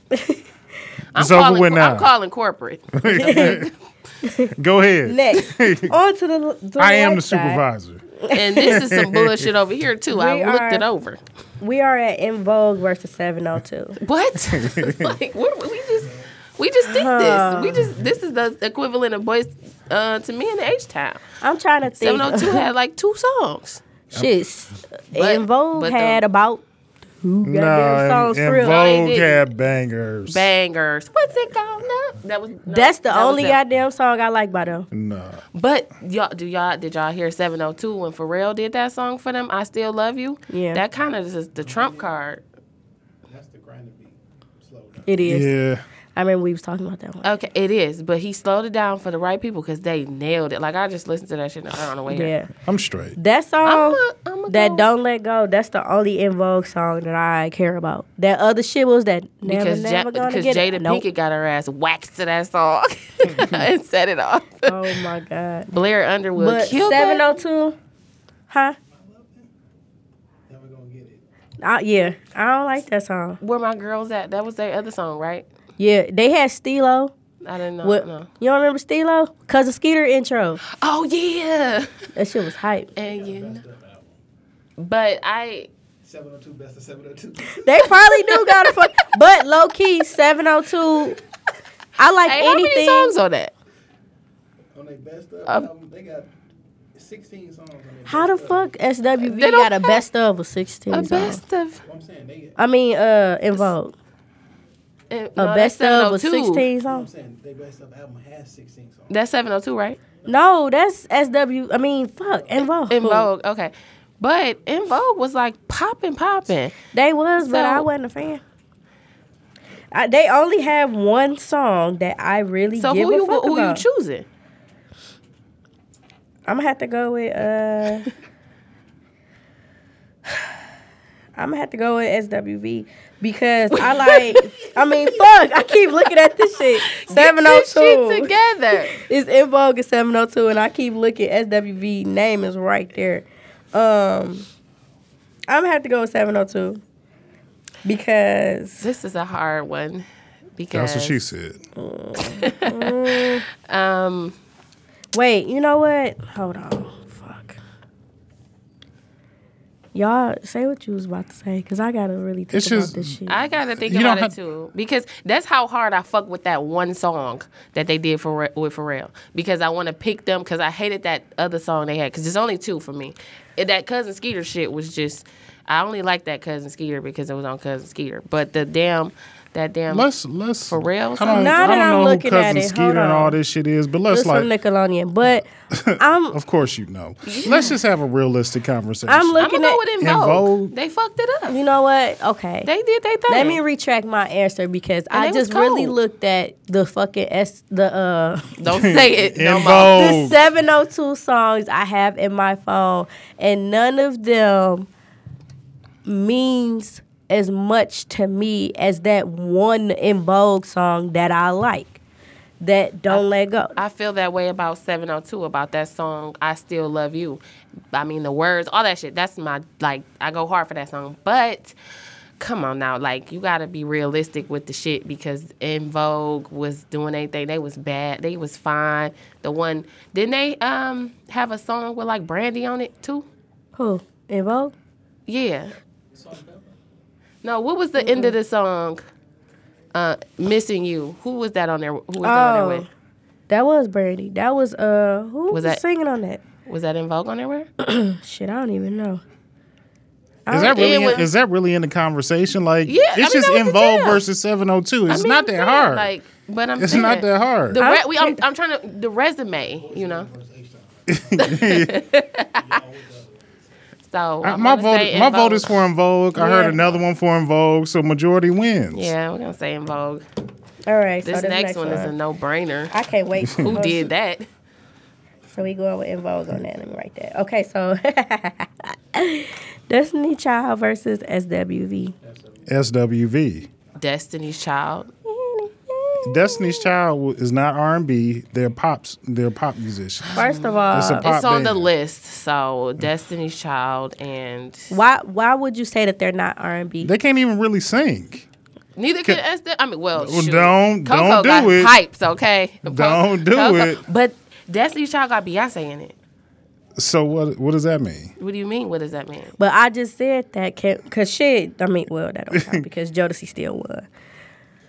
I'm, It's over calling, with cor- now. I'm calling corporate. Go ahead. Next, on to the. to I am the left side. supervisor. and this is some bullshit over here, too. I We looked it are- over. We are at In Vogue versus 702. [LAUGHS] What? like, what, we just we just did this. We just this is the equivalent of boys uh, to me in the H Town. I'm trying to think. 702 had like oh two songs. [LAUGHS] Shit. But- In Vogue but the- had about two goddamn No, songs and, for real. and No, Vogue he didn't. had bangers. Bangers. What's it called now? That was no, That's the that was only it. goddamn song I like by them. no, But y'all, do y'all did y'all hear 702 when Pharrell did that song for them? I still love you. Yeah. That kind of is the trump card. That's the grinder beat. Slow down. It is. yeah. I remember we was talking about that one. Okay, it is, but he slowed it down for the right people because they nailed it. Like I just listened to that shit and I don't know where. yeah. I'm straight. That song I'ma- I'ma that go- don't let go. That's the only in vogue song that I care about. That other shit was that never Because never Ja- gonna because get Jada it. Nope. Pinkett got her ass waxed to that song [LAUGHS] and set it off. [LAUGHS] Oh my god. Blair Underwood But killed seven that. oh two, huh? Never gonna get it. I, yeah, I don't like that song. Where my girls at? That was their other song, right? Yeah, they had Stilo. I didn't know. What? no. You don't remember Stilo? Cause of Skeeter intro. Oh yeah, That shit was hype. and you. Know. But I 702 best of 702. They probably do got a fuck. But low key, 702. I like hey, how many anything. songs on that? on their best of Um, album, they got 16 songs on their How the best of. fuck SWV They don't got a have best of a 16 A song? best of I'm saying they I mean, uh, in Vogue. uh, no, A that's best of a 702. 16 I'm song? saying their best of album has 16 songs. That's 702, right? No, that's SW. I mean, fuck, in Vogue. In Vogue, okay. But In Vogue was like popping, popping. They was, but I So- wasn't a fan. I, they only have one song that I really So give who a you fuck who you about. choosing? I'm gonna have to go with uh [SIGHS] I'm gonna have to go with SWV because [LAUGHS] I like I mean fuck I keep looking at this [LAUGHS] shit. [LAUGHS] This shit 702 together. It's in vogue at 702 and I keep looking SWV name is right there. Um I'm gonna have to go with 702 because This is a hard one because That's what she said. um wait, you know what? Hold on. Fuck. Y'all say what you was about to say, cause I gotta really think It's about just- this shit. I gotta think You about don't it have- too because that's how hard I fuck with that one song that they did for with Pharrell because I want to pick them because I hated that other song they had because there's only two for me. And that cousin Skeeter shit was just I only liked that cousin Skeeter because it was on cousin Skeeter, but the damn that damn Let's let's For real? I don't, Now that I don't I'm know who looking at cousin it, Skeeter hold and all on. this shit is, but let's This like, from Nickelodeon, [LAUGHS] but I'm of course you know. Let's just have a realistic conversation. I'm I'm looking gonna go at. with In In Vogue. Vogue. They fucked it up. you know what? Okay, They did they thing. let me retract my answer because And I it was just really cold. looked at the fucking s the uh Don't say it. in no more. the Vogue. 702 songs I have in my phone, and none of them means as much to me as that one in Vogue song that I like. That don't let go. I feel that way about 702 about that song I still love you. I mean the words, all that shit. That's my like I go hard for that song. But come on now, like you got to be realistic with the shit because In Vogue was doing anything. They was bad. They was fine. The one didn't they um have a song with like Brandy on it too? Who in Vogue? Yeah. No, what was the end of the song? Uh, missing you. Who was that on there? Who was that on Oh. there with? That was Brandy. That was uh who was, that- singing on that? Was that in Vogue on anywhere? Shit, I don't even know. Is that really It was- in, is that really in the conversation? Like, Yeah, I it's mean, just that was a involved jam. versus seven hundred two. It's I mean, not I'm that saying, hard. Like, but I'm It's saying, not that hard. The I'm- re- we, I'm, I'm trying to the resume, you know. [LAUGHS] so I- I'm my gonna vote, say in my Vogue. vote is for in Vogue. I Yeah. heard another one for in Vogue, so majority wins. Yeah, we're gonna say in Vogue. All right, This so the next, one, is a no brainer. I can't [LAUGHS] wait. Who did that? So we going with in Vogue on that. Let me write that. Okay, so [LAUGHS] Destiny Child versus SWV. SWV. Destiny's Child. Destiny's Child w- is not R and B. They're pops. They're pop musicians. First of It's a all, pop it's on the band. list. So Destiny's Child and why why would you say that they're not R and B? They can't even really sing. neither can S. I mean, well, Well, shoot. don't- Coco don't do got it. Pipes, okay. Don't do it. But Destiny's Child got Beyonce in it. So what? What does that mean? What do you mean? What does that mean? But I just said that because shit. I mean, well, that don't [LAUGHS] count because Jodeci still won.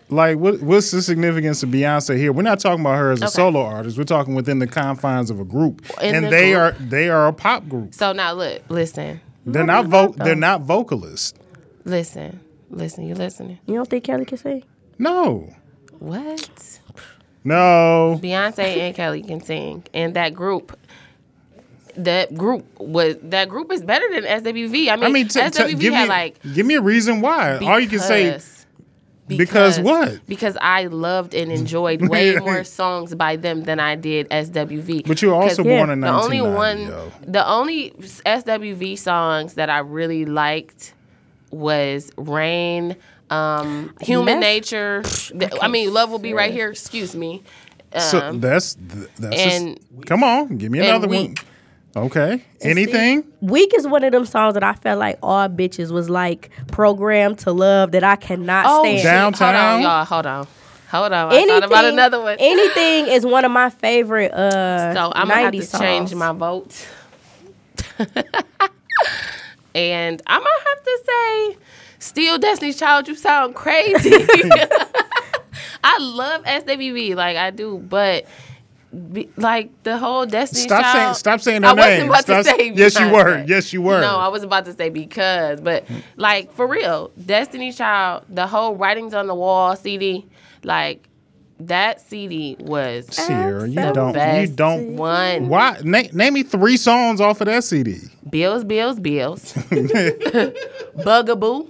Like, what, what's the significance of Beyonce here? We're not talking about her as a Okay. solo artist. We're talking within the confines of a group, In and the they group. are they are a pop group. So now look, listen, They're not vo- They're not vocalists. listen, listen. You listening? You don't think Kelly can sing? No, What? no. Beyonce and Kelly can sing, and that group. That group was that group is better than SWV. I mean, I mean, t- SWV t- give had me like give me a reason why. All you can say because- because what? Because I loved [LAUGHS] and enjoyed way more songs by them than I did SWV. But you were 'Cause also Yeah. born in the only 1990, one, yo. the only SWV songs that I really liked was Rain, um, Human That's- Nature. the- I, mean, Love Will Be Right Here. Excuse me. Um, So that's th- that's and- just, come on, give me and another one. Weak. Okay, anything? Weak is one of them songs that I felt like all bitches was like programmed to love that I cannot oh, stand. shit. Hold Downtown? on, y'all. Hold on. Hold on. I thought about another one. Anything is one of my favorite uh So 90 I'm gonna have to songs. change my vote. [LAUGHS] and I'm gonna have to say, still Destiny's Child, you sound crazy. I love SWV, like I do, but be, like the whole Destiny's Stop Child. saying stop saying I her wasn't name. about Stop- to say. yes, you were. Beyonce. Yes, you were. No, I was about to say because, but like for real, Destiny's Child, the whole writings on the wall CD, like that CD was Sierra, you The don't. You best don't. one. Why? Na- name me three songs off of that CD. Bills, bills, [LAUGHS] bills. Bugaboo.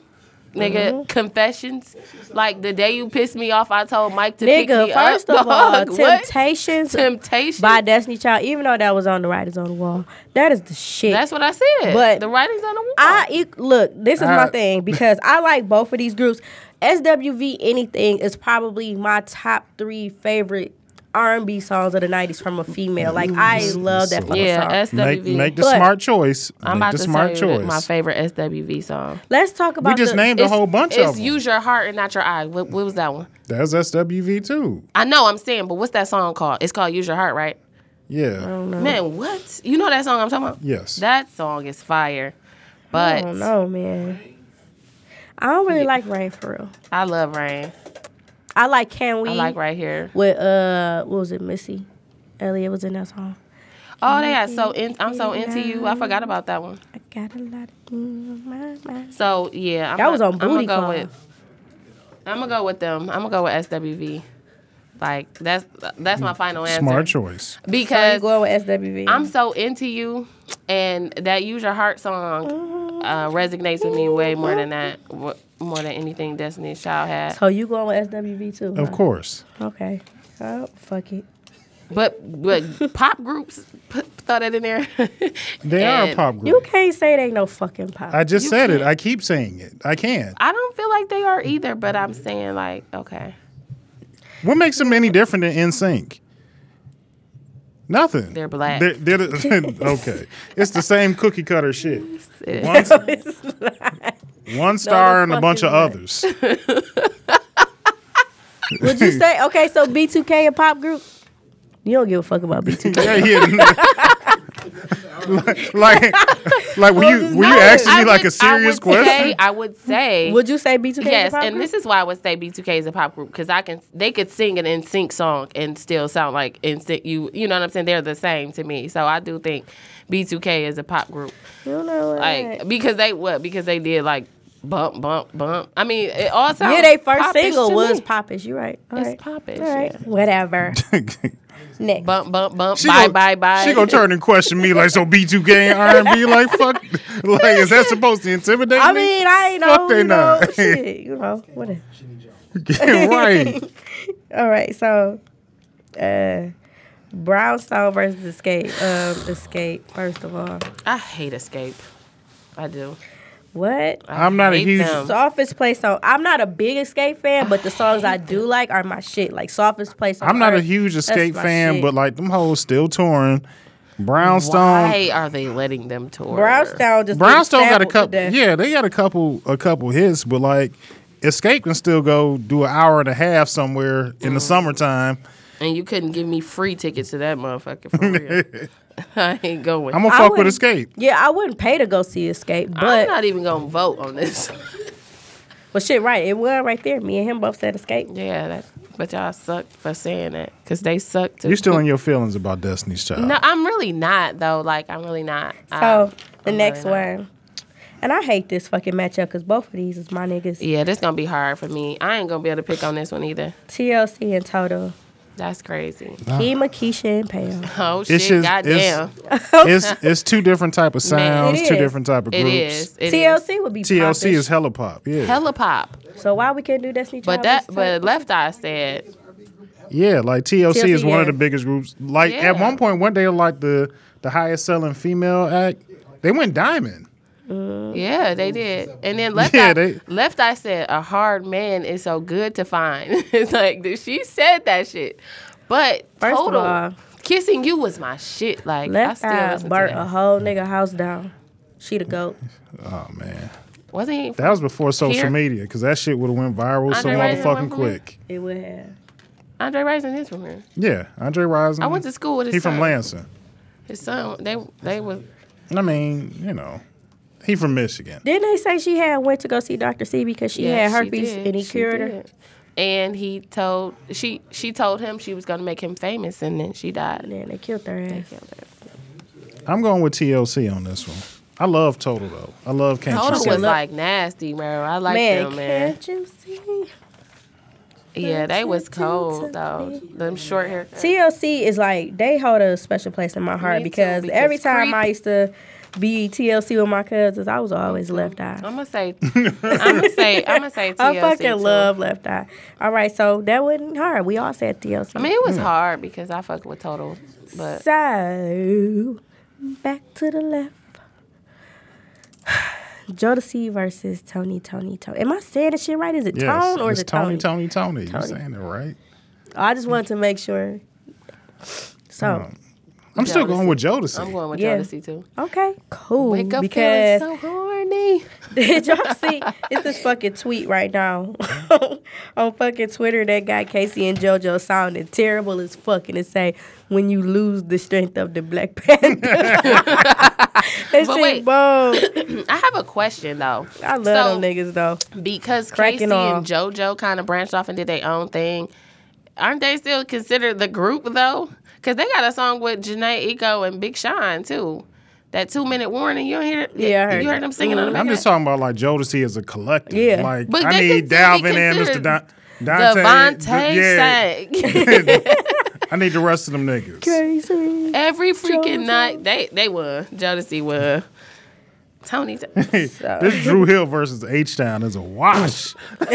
Nigga, Mm-hmm. confessions. Like the day you pissed me off, I told Mike to pick Nigga, me up. first of all, [LAUGHS] dog. What? Temptations Temptation. by Destiny Child, even though that was on the writers on the wall, that is the shit. That's what I said. But But the writing's on the wall. I it, look. This is my Alright. thing because I like both of these groups. SWV anything is probably my top three favorite R and B songs of the '90s from a female. Like I love that fucking yeah, song. SWV. Make make the But- smart choice. I'm make about the to smart tell you that choice. my favorite SWV song. Let's talk about. we just the, named a whole bunch it's of them. Use Your Heart and Not Your Eye. What, what was that one? That's SWV too. I know I'm saying, but what's that song called? It's called Use Your Heart, right? Yeah. Man, what? You know that song I'm talking about? Yes. That song is fire. I But don't know, man. I don't really like Rain for real. I love Rain. I like Can We I like right here. with uh what was it Missy Elliott was in that song. Oh, they had so in, I'm so into you. I forgot about that one. I got a lot of things on my mind. So yeah, I'm That was on Booty I'm gonna go Call. with. I'm gonna go with them. I'm gonna go with SWV. Like that's that's my final answer. Smart choice. So you because going with SWV? I'm so into you, and that use your heart Mm-hmm. song uh, resonates with me way more than that, wh- more than anything Destiny's Child had. so Oh, you going with SWV too? Of huh? course. Okay. Oh fuck it. [LAUGHS] But but pop groups put, throw that in there. They are a And pop group. You can't say it ain't no fucking pop. [LAUGHS] I just you said it. can't- I keep saying it. I can't. I don't feel like they are either, but I'm saying like okay, What makes them any different than NSYNC? Nothing. They're black. They're, they're the- [LAUGHS] okay. It's the same cookie cutter shit. It- One, one star and a bunch of fucking others. [LAUGHS] Would you say [LAUGHS] okay? So B two K a pop group? You don't give a fuck about B two K. Yeah, yeah. [LAUGHS] like, like, like were you were you asking me like a serious I would question? Say, I would say. Would you say B2K? Yes, and this is why I would say B2K is a pop group because I can they could sing an NSYNC song and still sound like NSYNC. You you know what I'm saying? They're the same to me. So I do think B2K is a pop group. You know what? Like because they what because they did like bump bump bump. I mean it all sounds yeah, they first pop-ish single to was me. Poppish. You're right. All It's right. pop-ish, All right. yeah. Whatever. Next. bump bump bump [LAUGHS] She bye gonna- bye bye. She gonna turn and question me like, so B2K and R&B, like fuck, like is that supposed to intimidate I me? mean, I ain't Fuck know. they you know, [LAUGHS] not. shit, you know, whatever. Yeah, [LAUGHS] right. All right, so uh Brownstone versus Escape. Um Escape, first of all. I hate Escape. I do. What? I I'm not a hate huge- them. Softest Play song. I'm not a big Escape fan, but the songs I do like are my shit. Like Softest Play song. I'm not a huge Escape fan, but like them hoes still touring. Brownstone, Why are they letting them tour? Brownstone just Brownstone gets got a sampled to couple. death. Yeah, they got a couple a couple hits, but like Escape can still go do an hour and a half somewhere Mm. in the summertime. [LAUGHS] And you couldn't give me free tickets to that motherfucker for [LAUGHS] real. I ain't going. I'm gonna I fuck with wouldn't- Escape. Yeah, I wouldn't pay to go see Escape, I'm but not even gonna vote [LAUGHS] on this. but shit, right? It was right there. Me and him both said Escape. yeah, that, but y'all suck for saying that because they suck too. You're still in your feelings about Destiny's Child. No, I'm really not though. Like I'm really not. So Um, the I'm next really not. one, and I hate this fucking matchup because both of these is my niggas. Yeah, this gonna be hard for me. I ain't gonna be able to pick on this one either. TLC and Toto, That's crazy. Kima, Keisha, and Pam. Oh shit! It's just goddamn. [LAUGHS] it's, it's it's two different type of Man, sounds, it two is. different type of It groups. is. It is. TLC would be TLC poppin'. is hella pop. Yeah, hella pop. So why we can't do Destiny Child? But that, versus Toto? but Left Eye said, yeah. Like TLC, TLC, is one of yeah. the biggest groups. Like at Yeah. one point, one day, like the the highest selling female act, they went diamond. yeah, they did. And then [LAUGHS] Left Yeah, Eye, they- Left Eye said, a hard man is so good to find. [LAUGHS] it's like dude, she said that shit. But First of total, all- kissing you was my shit. Like Left I still Eye listen burnt to a that. whole nigga house down. She the goat. Oh man, Wasn't he? that was before social Here. media because that shit would have went viral so Andre Rison motherfucking went from quick. It would have. Andre Rison is from here. Yeah, Andre Rison. I went to school with his Mm-hmm. He son. from Lansing. His son, they they was I mean, you know, he from Michigan. Didn't they say she had went to go see Dr. C because she had yeah, she herpes did. and he She cured her? did. And he told she she told him she was gonna make him famous, and then she died. And then they killed her They ass. killed her. I'm going with TLC on this one. I love Total though. I love Can't You Total See was It? like nasty, man. I like man, them, man. can't you see? Yeah, they was Can't you do to cold though. me? Them short hair. TLC is like they hold a special place in my heart too, because, because every time creep. I used to be TLC with my cousins, I was always left eye. I'm gonna say, I'm gonna say, I'm gonna say TLC. I fucking too. love Left Eye. All right, so that wasn't hard. We all said TLC. I mean, it was hard because I fuck with Total, but so back to the left. [SIGHS] Jodeci versus Tony, Tony, Tony. Am I saying this shit right? Is it Yes, Tone or it's is it Tony, Tony? Tony, Tony. You Tony. saying it right? I just wanted to make sure. So I'm still going with I'm Jodeci. going with Yeah. Jodeci too. okay, cool. Wake up because feeling so horny. [LAUGHS] [CLEARS THROAT] Did y'all see? It's this fucking tweet right now [LAUGHS] on fucking Twitter that got Casey and JoJo sounding terrible as fuck, and it say, "When you lose the strength of the Black Panther." [LAUGHS] [LAUGHS] that But shit wait. bold. I have a question though. I love So, them niggas though. because Cracking Casey off. and JoJo kind of branched off and did their own thing. Aren't they still considered the group though? Because they got a song with Janae Eco and Big Sean too. That two minute warning, you don't hear? Yeah, I heard you heard that. them singing on the Mm, I'm back just of talking about like Jodeci as a collective. Yeah. Like But I they need could still be Dalvin and Mr. considered Don- that. Dante. Devontae yeah, [LAUGHS] sang. I need the rest of them niggas. Casey. every freaking night. They they won. Jodeci won. Tony. [LAUGHS] This Drew Hill versus H Town is [LAUGHS] a wash. [LAUGHS]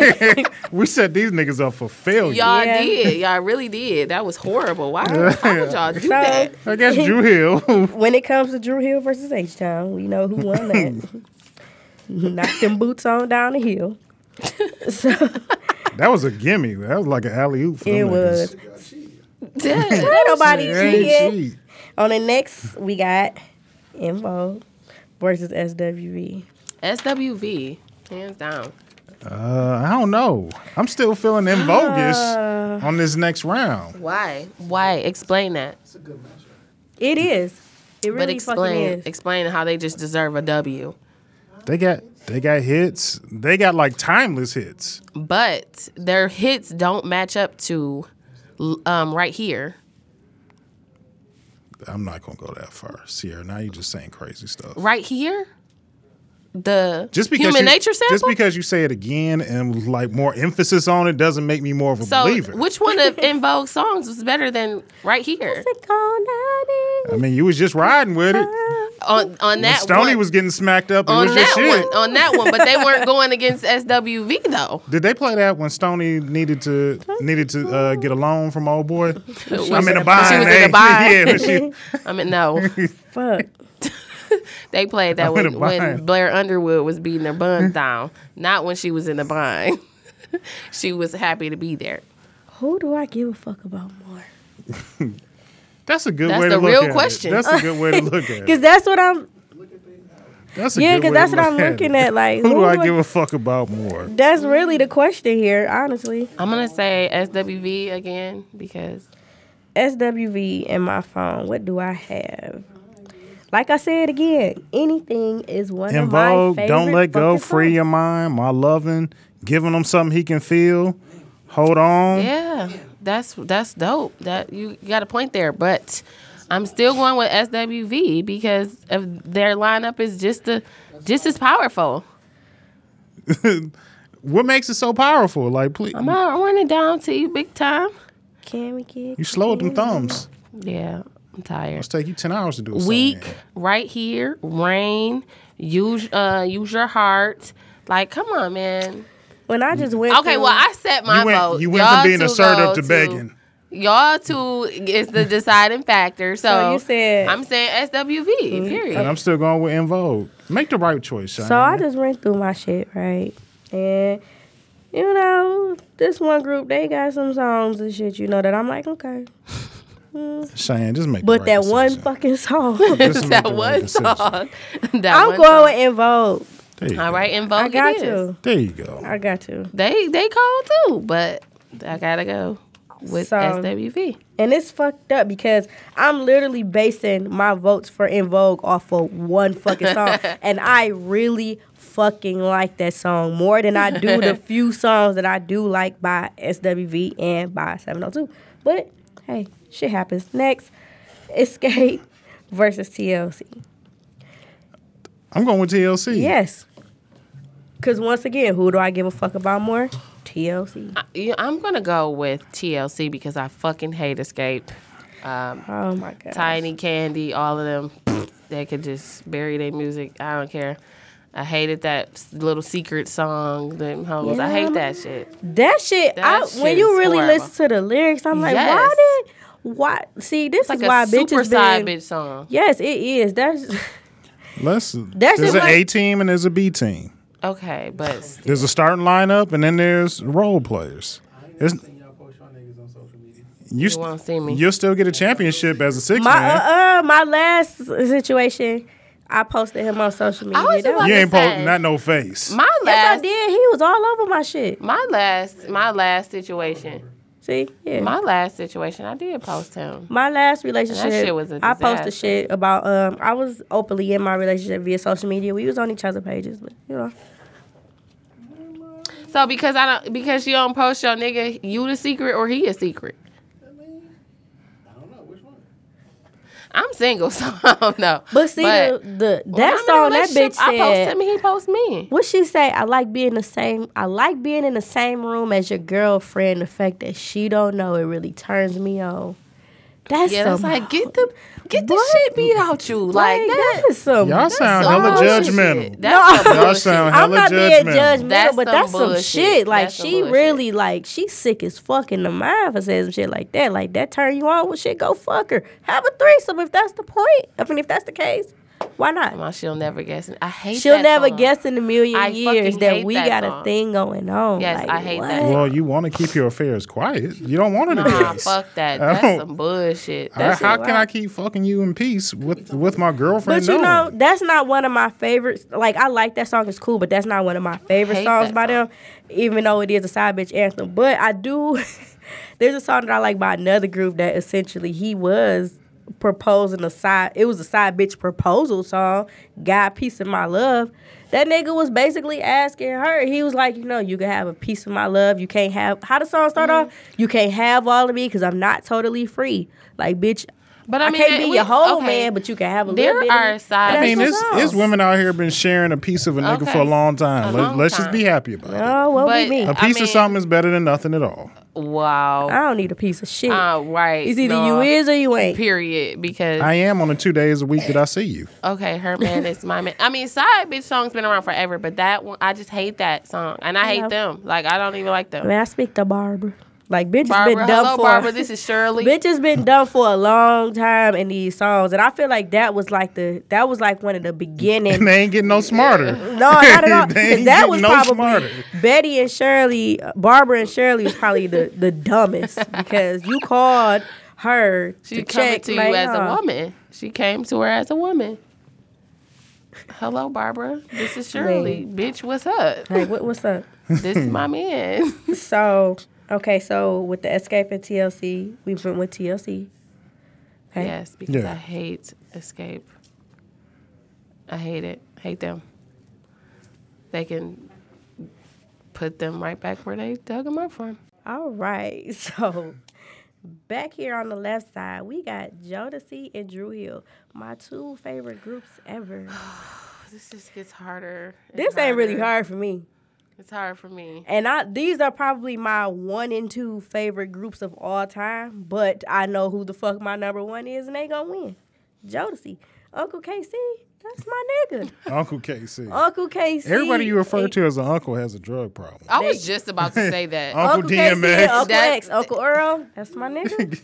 we set these niggas up for failure. Y'all Yeah. did. Y'all really did. That was horrible. Why, why would y'all do [LAUGHS] that? I [LAUGHS] guess Drew Hill. [LAUGHS] When it comes to Drew Hill versus H Town, we know who won that. Knock them boots on down the hill. So that was a gimme. That was like an alley oop for it them niggas. was. Yeah. [LAUGHS] Ain't nobody Ain't cheating. cheat. On the next, we got Info versus E. SWV. SWV, hands down. Uh, I don't know. I'm still feeling Ah. in bogus on this next round. Why? Why? Explain that. It is. It but really fucking explain is. explain how they just deserve a W. They got they got hits. They got like timeless hits. But their hits don't match up to l- um, right here. I'm not gonna go that far, Sierra. Now you just saying crazy stuff. Right here, the Just because human you, nature sample. Just because you say it again and with, like more emphasis on it doesn't make me more of a so believer. which [LAUGHS] one of In Vogue songs was better than right here It's gonna I mean, you was just riding with it. on on When that Stoney one, was getting smacked up. It on was your that shit. one on that one, [LAUGHS] but they weren't going against SWV though. Did they play that when Stoney needed to needed to uh, get a loan from old boy? I'm in a bind. [LAUGHS] She was eh? [LAUGHS] in a bind. yeah, but she, I mean, [LAUGHS] no, Fuck. they played that I'm in when, a when bind. Blair Underwood was beating [LAUGHS] her bun down, not when she was in the bind. [LAUGHS] she was happy to be there. Who do I give a fuck about more? that's a good That's way to the look real at question. it. That's a good way to look [LAUGHS] at Because it. that's what I'm. That's a Yeah, good because way that's to what I'm look looking it. at. Like, Who do I give a fuck about more? That's really the question here, honestly. I'm gonna say SWV again because SWV in my phone. What do I have? Like I said again, anything is one In of my Vogue, favorite. don't let go, fucking free songs. your mind, my loving, giving him something he can feel. Hold on. yeah, that's that's dope. That you got a point there, but. I'm still going with SWV because of their lineup is just the just as powerful. What makes it so powerful? Like, please, I'm not running down to you big time. Can we get you slow with them thumbs. Yeah, I'm tired. It's take you ten hours to do a song, Weak, man. right here, rain, use uh use your heart. Like, come on, man. when I just went? Okay, through- well I set my You went, vote. you went Y'all from being two assertive go to begging. Y'all two is the deciding factor. So, you said- Mm-hmm. I'm saying SWV. Period. And I'm still going with In Vogue. Make the right choice, Shania. So I just went through my shit, right? And you know, this one group they got some songs and shit, you know, that I'm like, okay. Cheyenne, just make. But the right that one decision. fucking [LAUGHS] song. [LAUGHS] Just make that the right one decision. song. [LAUGHS] that I'm one going song. with In Vogue. There you All go. right, in I Vogue got it is. to. There you go. I got to. They they call too, but I gotta go with So- SWV. And it's fucked up because I'm literally basing my votes for In Vogue off of one fucking song. and I really fucking like that song more than I do the few songs that I do like by SWV and by 702. But hey, shit happens. Next, Escape versus TLC. I'm going with TLC. Yes. Because once again, who do I give a fuck about more? TLC. Yeah, I'm gonna go with TLC because I fucking hate Escape. Um, Oh my God. Tiny Candy, all of them, [SNIFFS] they could just bury their music. I don't care. I hated that s- little secret song, them hoes. I hate that shit. That shit, That I, shit when you is really horrible. listen to the lyrics, I'm like, Yes. why did, why? See, this Like is why a super bitches side been. bitch song. Yes, it is. That's [LAUGHS] Let's, That's there's just an like- A team and there's a B team. Okay, [SIGHS] but s- There's a starting lineup and then there's role players. There's, And y'all post y'all niggas on social media. you you st- won't see me. you'll still get a championship as a six my man. uh, uh my last situation. I posted him on social media. I was That about you ain't to say, po- not no face. my yes, I last, did. He was all over my shit. my last, my last situation, See, yeah. my last situation. I did post him. My last relationship, shit was a I posted disaster. shit about um I was openly in my relationship via social media. We was on each other pages, but you know. So because I don't, because you don't post your nigga, you the secret or he a secret. I mean, I don't know which one. I'm single, [LAUGHS] so I don't know. But see But the, the when I'm that in a song that bitch relationship, said I post him, he post me. What she say? I like being the same. I like being in the same room as your girlfriend. The fact that she don't know it really turns me on. That's Yeah, that's some- like get the get the What? shit beat out you like that that. is some. Y'all sound some hella bullshit. judgmental. That's some No. [LAUGHS] Y'all bullshit. sound I'm hella not being judgmental. judgmental, That's but some that's some bullshit. shit. Like That's some she bullshit. really like she sick as fuck in the mind for saying some shit like that. Like that turn you on? Well, shit, go fuck her. Have a threesome if that's the point. I mean, if that's the case, why not? My she'll never guess. I hate. She'll that never song. guess in a million I years fucking that hate we that got song. a thing going on. Yes, Like, I hate what? that. Well, you want to keep your affairs quiet. You don't want it to Nah, face. fuck that. I That's don't- some bullshit. All right, That's how can I keep fucking you in peace with with my girlfriend? But you know, knowing? that's not one of my favorites. Like I like that song, it's cool, but that's not one of my favorite Hate songs that by song. them, even though it is a side bitch anthem. [LAUGHS] But I do there's a song that I like by another group that essentially he was proposing a side. It was a side bitch proposal song. God, piece of my love. That nigga was basically asking her. He was like, you know, you can have a piece of my love. You can't have. How the song start Mm-hmm. off? You can't have all of me because I'm not totally free. Like, bitch. But But I I, mean, can't it- be we- your whole okay. man, but you can have a There little bit. are side- I mean, That's it's, it's women out here been sharing a piece of a nigga Okay. for a long time. A Let, long let's just time. be happy about it. Oh, what But- we mean? A I piece mean- of something is better than nothing at all. Wow. I don't need a piece of shit. Uh, right. it's either no. you is or you ain't. Period. Because I am on the two days a week that I see you. [LAUGHS] okay, her man is my man. I mean, side bitch song's been around forever, but that one, I just hate that song, and I hate know. them. Like I don't even like them. I mean, I speak to Barbara. Like, bitch has Barbara, been dumb hello, for. [LAUGHS] Barbara. This is Shirley. Bitch has been done for a long time in these songs, and I feel like that was like the that was like one of the beginning. [LAUGHS] And they ain't getting no [LAUGHS] smarter. No, not at all. [LAUGHS] They 'cause ain't that was getting no probably smarter. Betty and Shirley, Barbara and Shirley was probably the the [LAUGHS] dumbest because you called her she to coming check to you like, as a nah. woman. She came to her as a woman. Hello, Barbara. This is Shirley. Bitch, what's up? Like, what, what's up? This is my man. So okay, so with the escape and TLC, we went with TLC. [LAUGHS] Okay. [LAUGHS] yes, because Yeah. I hate Escape. I hate it. Hate them. They can put them right back where they dug them up from. All right, [LAUGHS] so back here on the left side, we got Jodeci and Drew Hill, my two favorite groups ever. This just gets harder. and This ain't really harder. hard for me, It's hard for me. and I these are probably my one and two favorite groups of all time. But I know who the fuck my number one is, and they gonna win. Jodeci, Uncle KC, that's my [LAUGHS] nigga. Uncle KC. Uncle KC. Everybody you refer and- to as an uncle has a drug problem. I was just about to say [LAUGHS] that. Uncle Uh, Uncle KC, and DMX. Uncle That- X, Uncle Earl, that's my nigga.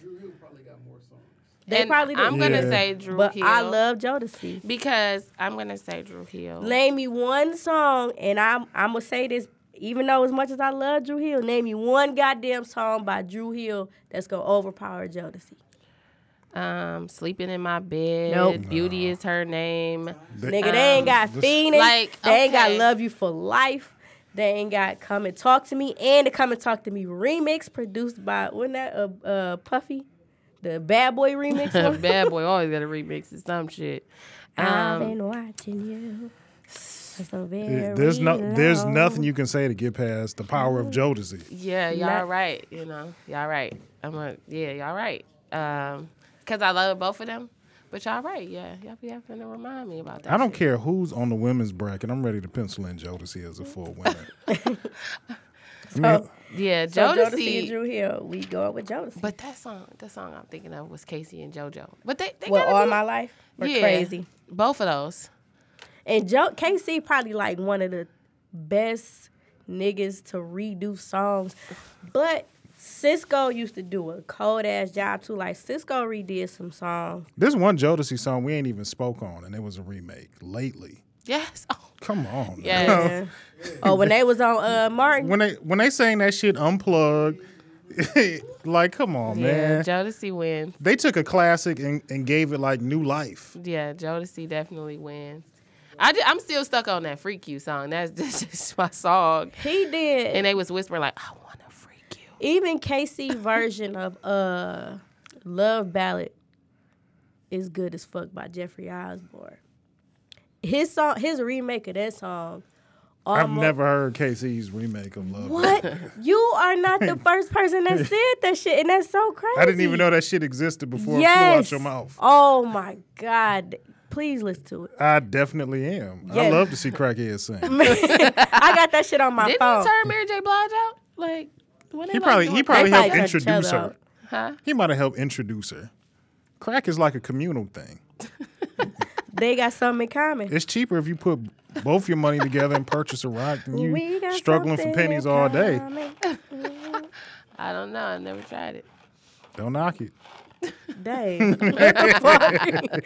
They And probably do. I'm gonna Yeah. say Drew But Hill I love Jodeci. because I'm gonna say Drew Hill. Name me one song, and I'm I'm gonna say this, even though as much as I love Drew Hill, name me one goddamn song by Drew Hill that's gonna overpower Jodeci. um, sleeping in my bed. Nope. Beauty is her name. Nigga, they ain't got this- Phoenix. Like, they ain't got okay. Love You for Life. They ain't got Come and Talk to Me and the Come and Talk to Me remix produced by wasn't that uh, uh, Puffy, the Bad Boy [LAUGHS] remix. one? Bad boy always got a remix of some shit. I've Um, been watching you. for So very There's no, there's long. nothing you can say to get past the power Mm-hmm. of Jodeci. yeah, y'all Not- right. You know, y'all right. I'm a yeah, y'all right. Um, cause I love both of them. But y'all right, yeah. Y'all be having to remind me about that. I don't shit. care who's on the women's bracket. I'm ready to pencil in Jodeci as a full [LAUGHS] winner. I mean, Yeah, So Jodeci. Jodeci, and Drew Hill. We going with Jodeci. But that song, that song I'm thinking of was Casey and JoJo. But they, they well, gotta all be- my life, we're Yeah, crazy. Both of those. And Joe KC probably like one of the best niggas to redo songs. But Cisco used to do a cold ass job too. Like Cisco redid some songs. There's one Jodeci song we ain't even spoke on, and it was a remake lately. Yes. [LAUGHS] Oh, Come on. now. yes. Yeah. oh, when they was on uh, Martin. When they when they saying that shit unplugged, [LAUGHS] like come on, Yeah, man. Jodeci wins. they took a classic and, and gave it like new life. Yeah, Jodeci definitely wins. I am still stuck on that Freak You song. That's [LAUGHS] just, just my song. he did. And they was whispering like, I want to freak you. even KC version of uh Love Ballad is good as fuck by Jeffrey Osborne. His song, his remake of that song. I've almo- never heard KC's remake of Love. What? [LAUGHS] you are not the first person that said that shit, and that's so crazy. I didn't even know that shit existed before Yes. it flew out your mouth. Oh my god! Please listen to it. [LAUGHS] I definitely am. I Yes. Mm. love to see crackheads sing. I got that shit on my Didn't phone. he turn Mary J. Blige out? Like, when He probably he probably They helped probably turned each introduce other her. out. Huh? He might have helped introduce her. Crack is like a communal thing. they got something in common. It's cheaper if you put both your money together and purchase a rock than We you got struggling for something pennies in all day. common. I don't know. I never tried it. Don't knock it. [LAUGHS] Dang. [LAUGHS]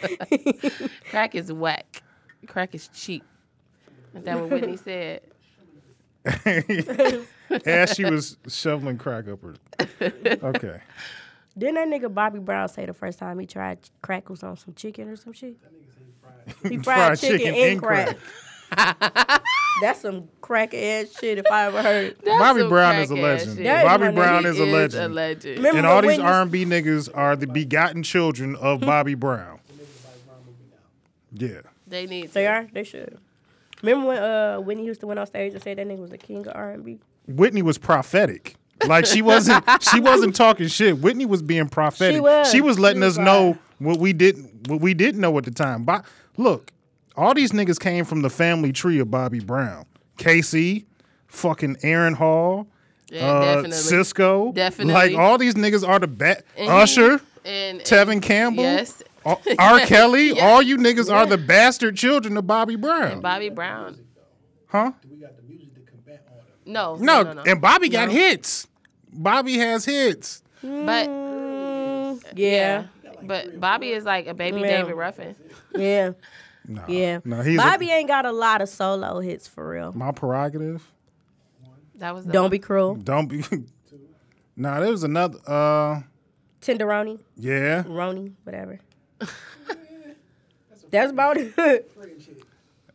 Crack is whack. Crack is cheap. Is that what Whitney said? As she was shoveling crack up [LAUGHS] her. Okay. Didn't that nigga Bobby Brown say the first time he [LAUGHS] tried crack [LAUGHS] was on some chicken or some shit? He fried, chicken, and crack. That's some crack ass shit if I ever heard. it. Bobby some Brown is a crack-ass legend. shit. That is Bobby my Brown nigga. is a He legend. a legend. Remember And all when these you- R&B niggas are the begotten children Hmm? of Bobby Brown. Yeah. They need They to. are. They should. Remember when uh, Whitney Houston went on stage and said that nigga was the king of R and B? Whitney was prophetic. Like [LAUGHS] she wasn't she wasn't talking shit. Whitney was being prophetic. She was. letting She us was know like- what we didn't what we didn't know at the time. But look, all these niggas came from the family tree of Bobby Brown. KC, fucking Aaron Hall, Yeah, uh, definitely. Cisco. Definitely. Like all these niggas are the bat And- Usher, And, and Tevin Campbell, Yes. R. [LAUGHS] R. Kelly, all you niggas are the bastard children of Bobby Brown. Bobby Brown. huh? We got the music to combat all that. No. No, No. no, no. and Bobby got No. hits. Bobby has hits. But Yeah. yeah. But Bobby is like a baby Yeah. David Ruffin. Yeah. No, Yeah. no, he's a- Bobby ain't got a lot of solo hits for real. my prerogative. That was the Don't be cruel. Don't be. [LAUGHS] nah, there was another. Uh, Tenderoni, yeah, Roni, whatever. That's about it. [LAUGHS]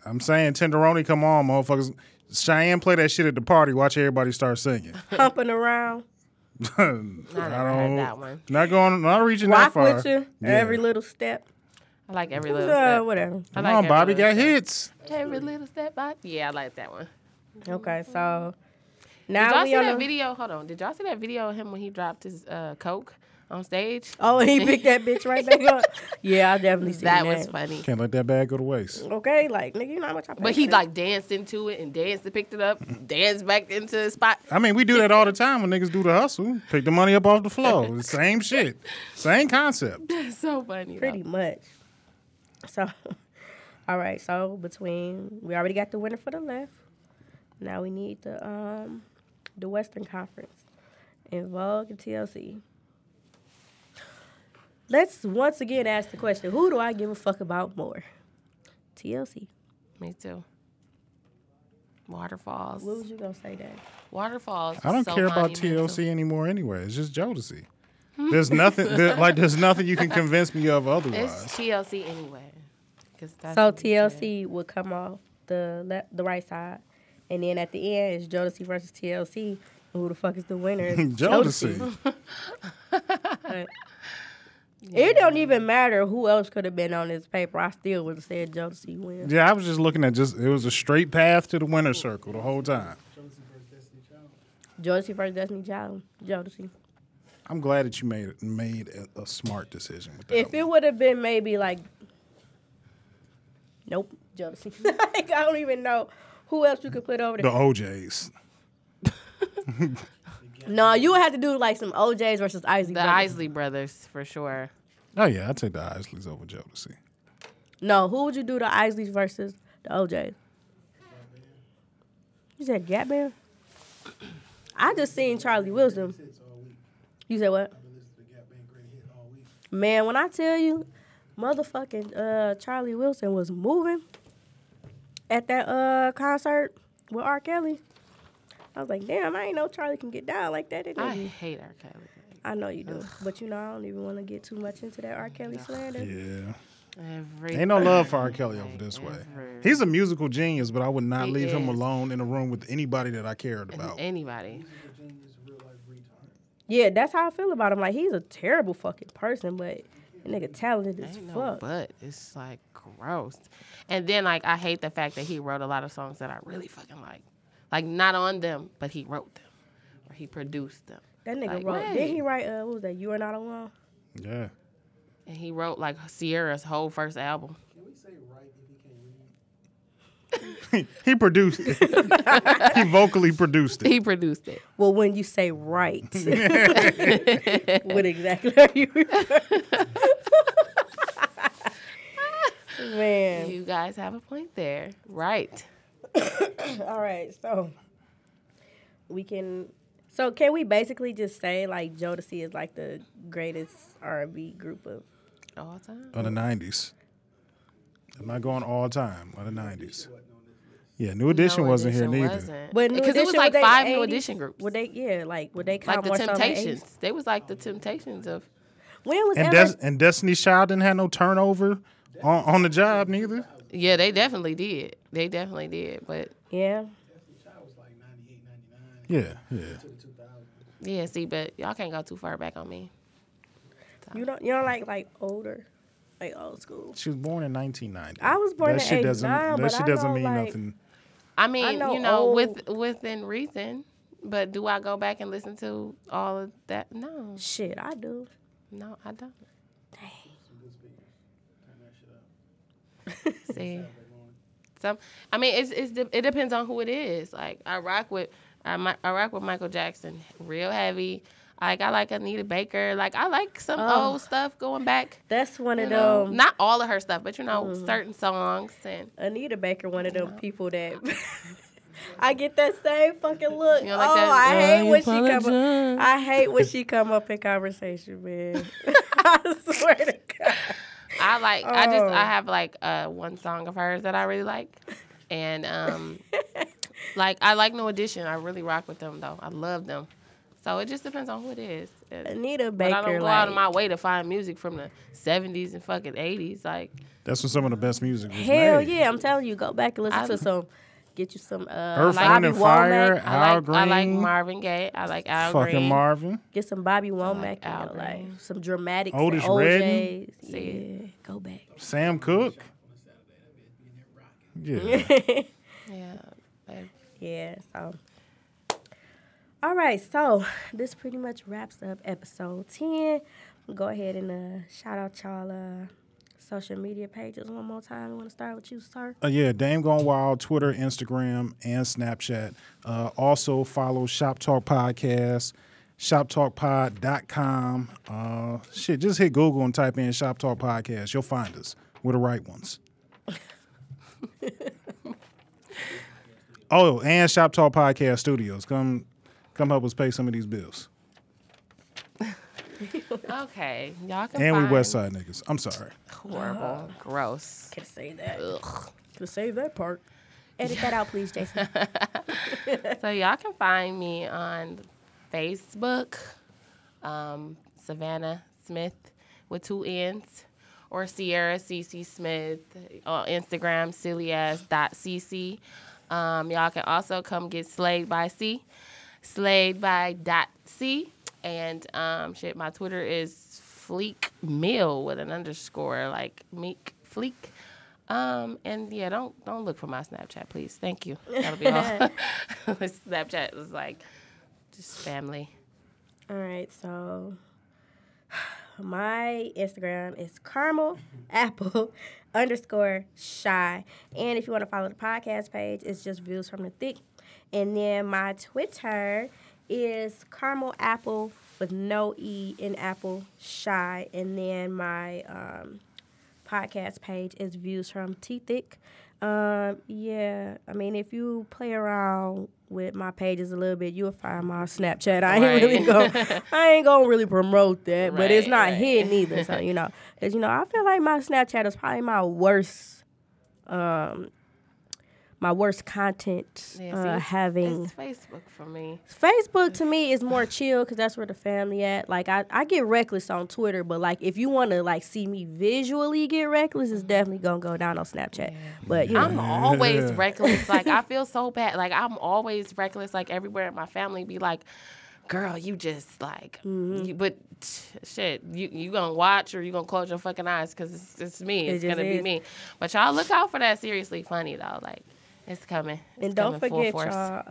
I'm saying Tenderoni, come on, motherfuckers. Cheyenne play that shit at the party. Watch everybody start [LAUGHS] singing. [LAUGHS] Humping around, I don't. heard that one. Not going. Not reaching that rock far. with you Yeah. every little step. I like every little Uh, step. whatever. I Come like on, every Bobby little got step. hits. Every little step, Bobby. Yeah, I like that one. Okay, so Did now y'all we see on that the- video? Hold on. Did y'all see that video of him when he dropped his uh, coke on stage? Oh, and he picked that bitch right back [LAUGHS] up. Yeah, I definitely seen that. that was funny. Can't let that bag go to waste. Okay, like nigga, you know how much I. paid But he for this. like danced into it and danced and picked it up, Mm-hmm. danced back into the spot. [LAUGHS] I mean, we do that all the time when niggas do the hustle. Pick the money up off the floor. [LAUGHS] Same shit. Same concept. so funny. pretty much. [LAUGHS] So, all right. So between we already got the winner for the left. Now we need the um the Western Conference and Vogue and TLC. Let's once again ask the question: Who do I give a fuck about more? TLC. Me too. Waterfalls. What was you gonna say, Dad? Waterfalls. I don't so care about monumental. TLC anymore anyway. It's just Jodeci. There's nothing there, like there's nothing you can convince me of It's otherwise. [LAUGHS] TLC anyway. 'Cause that's So what we said. TLC would come off the left, the right side, and then at the end it's Jodeci versus TLC. Who the fuck is the winner? It's Jodeci. But It don't even matter who else could have been on this paper. I still would have said Jodeci wins. Yeah, I was just looking at just it was a straight path to the winner's circle the whole time. Jodeci versus Destiny Child. Jodeci. I'm glad that you made made a, a smart decision with that. If one. it would have been maybe like, nope, Jodeci. [LAUGHS] like I don't even know who else you could put over the there. OJs. No, you would have to do like some OJ's versus Isley. The Brothers. Isley brothers for sure. Oh yeah, I take the Isleys over Jodeci. No, who would you do the Isleys versus the OJ's? You said Gap Man. I just seen Charlie Wilson. It's all week. You said what? Been listening to Gap Band Great Hit all week. Man, when I tell you, motherfucking uh, Charlie Wilson was moving at that uh, concert with R. Kelly. I was like, damn, I ain't know Charlie can get down like that. Didn't I he? hate R. Kelly. I know you do, but you know I don't even want to get too much into that R. Kelly slander. Yeah, Every ain't no love for R. Kelly over this way. Mm-hmm. He's a musical genius, but I would not He leave him is. alone in a room with anybody that I cared about. anybody. Yeah, that's how I feel about him. Like he's a terrible fucking person, but that nigga talented as Ain't no fuck. but it's like gross. And then like I hate the fact that he wrote a lot of songs that I really fucking like. Like not on them, but he wrote them. Or he produced them. that nigga like, wrote. wait. Did he write? Uh, what was that? You are not alone. Yeah, And he wrote like Sierra's whole first album. [LAUGHS] Can we say right if he can't read? he produced [LAUGHS] it. he vocally produced it. He produced it. Well, when you say right, [LAUGHS] what exactly are you referring to? [LAUGHS] Man. You guys have a point there. Right. All right. So we can. So can we basically just say like Jodeci is like the greatest R&B group of? All time. of the nineties. I'm not going all time of the nineties. Yeah, New Edition No wasn't Edition here neither. wasn't. But New Because it was Edition, like were they five new 80s? edition groups. Would they? Yeah, like would they like count the more so in 80s? Temptations. They was like the Temptations of When was And ever? Des- and Destiny's Child didn't have no turnover on, on the job neither. Yeah, they definitely did. They definitely did. But Yeah. Child was like 98, 99 Yeah, yeah. to 2000. yeah, see, but y'all can't go too far back on me. You don't you don't like like older, like old school. She was born in 1990. I was born in shit doesn't 89, that but shit I doesn't know, mean like- nothing. I mean, know Oh. you know, old- with within reason. But do I go back and listen to all of that? No, Shit, I do. no, I don't. Some good speakers. Turn that shit up. [LAUGHS] See, Every morning. some. I mean, it's, it's de- it depends on who it is. Like I rock with I, mi- I rock with Michael Jackson, real heavy. Like I like Anita Baker. Like I like some Oh. um, old stuff going back. That's one You of know, them. not all of her stuff, but you know, Mm-hmm. certain songs and Anita Baker, one of them people that. [LAUGHS] I get that same fucking look. You don't like oh, that? I hate I when she come. apologize. Up, I hate when she come up in conversation, man. [LAUGHS] I swear to God. I like. I just Oh. I have like uh, one song of hers that I really like, and [LAUGHS] um, like I like No Edition. I really rock with them though. I love them. So it just depends on who it is. And- Anita But Baker, I don't go like, out of my way to find music from the '70s and fucking '80s. Like That's when some of the best music was hell made. yeah! I'm telling you, go back and listen I- to some. Get you some. Uh, Earth, like Wind, Bobby and Fire, Womack. I Al like Green, I like Marvin Gaye. I like Al fucking Green. Marvin. Get some Bobby Womack. Al and go, like Green. some dramatics. Otis and Redding. OJs. Yeah, go back. Sam Cooke. Yeah. yeah. like, [LAUGHS] Yeah, so. All right, so this pretty much wraps up episode 10. Go ahead and uh, shout out y'all uh, social media pages one more time. I want to start with you, sir. Uh, yeah, Dame Gone Wild, Twitter, Instagram, and Snapchat. Uh, also follow Shop Talk Podcast, shoptalkpod.com. Uh, shit, just hit Google and type in Shop Talk Podcast. You'll find us. We're the right ones. oh, and Shop Talk Podcast Studios. Come come help us pay some of these bills. Okay, y'all can. And we find West Side niggas. I'm sorry. Horrible, gross. Can say that. Ugh. Can save that part. Edit that out, please, [LAUGHS] Jason. So y'all can find me on Facebook, um, Savannah Smith with two N's, or Sierra CC Smith on Instagram, sillyas.cc. Um, y'all can also come get Slayed by C, Slayed by dot C, and um, shit, my Twitter is Fleek Mill with an underscore, like Meek Fleek. Um, and yeah, don't don't look for my Snapchat, please. Thank you. That'll be all. [LAUGHS] Snapchat was like just family. All right, so my Instagram is caramel apple underscore shy. And if you want to follow the podcast page, it's just views from the thick. And then my Twitter is caramel apple with no E in apple shy. And then my um, podcast page is views from T Thick. Um, yeah, I mean, if you play around with my pages a little bit, you'll find my Snapchat. I ain't really gonna, I ain't gonna really promote that, but it's Right, not right. [LAUGHS] hidden either. So you know, cause you know, I feel like my Snapchat is probably my worst, um, my worst content Yeah, see, uh, it's- having. It's Facebook for me. Facebook to me is more chill because that's where the family at. Like I, I get reckless on Twitter, but like if you want to like see me visually get reckless, it's definitely gonna go down on Snapchat. But you know, [LAUGHS] I'm always reckless. Like I feel so bad. Like I'm always reckless. Like everywhere in my family be like, "Girl, you just like, Mm-hmm. you, but t- shit, you you gonna watch or you gonna close your fucking eyes because it's it's me. It It's just gonna be is. me." But y'all look out for that. Seriously, funny though. Like it's coming. It's and don't coming full forget force. y'all,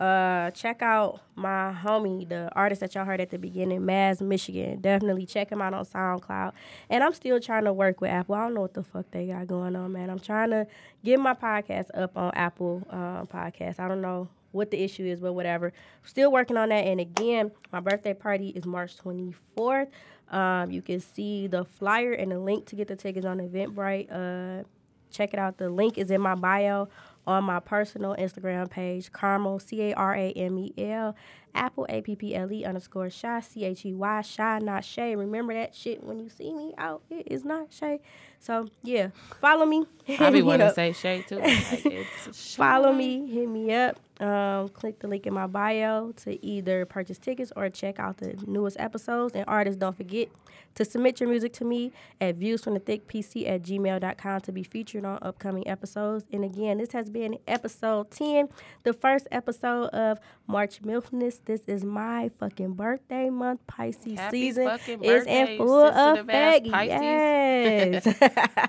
uh, check out my homie, the artist that y'all heard at the beginning, Maz Michigan. Definitely check him out on SoundCloud. And I'm still trying to work with Apple. I don't know what the fuck they got going on, man. I'm trying to get my podcast up on Apple um, Podcast. I don't know what the issue is, but whatever. Still working on that. And again, my birthday party is March 24th. Um, you can see the flyer and the link to get the tickets on Eventbrite. Uh, check it out. The link is in my bio on my personal Instagram page, Carmel, C A R A M E L, Apple, A P P L E underscore shy, C H E Y, shy, not Shay. Remember that shit when you see me out. It is not Shay. So, yeah, follow me. I be You [LAUGHS] wanting know, [LAUGHS] to say shade too. Like, it's Follow me, hit me up. Um, click the link in my bio to either purchase tickets or check out the newest episodes. And artists, don't forget to submit your music to me at viewsfromthethickpc at gmail.com to be featured on upcoming episodes. And again, this has been episode 10, the first episode of March Milfness. This is my fucking birthday month, Pisces Happy season fucking is birthday, in you full sensitive ass effect. Pisces. [LAUGHS] Yes.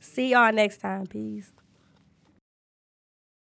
See y'all next time. Peace.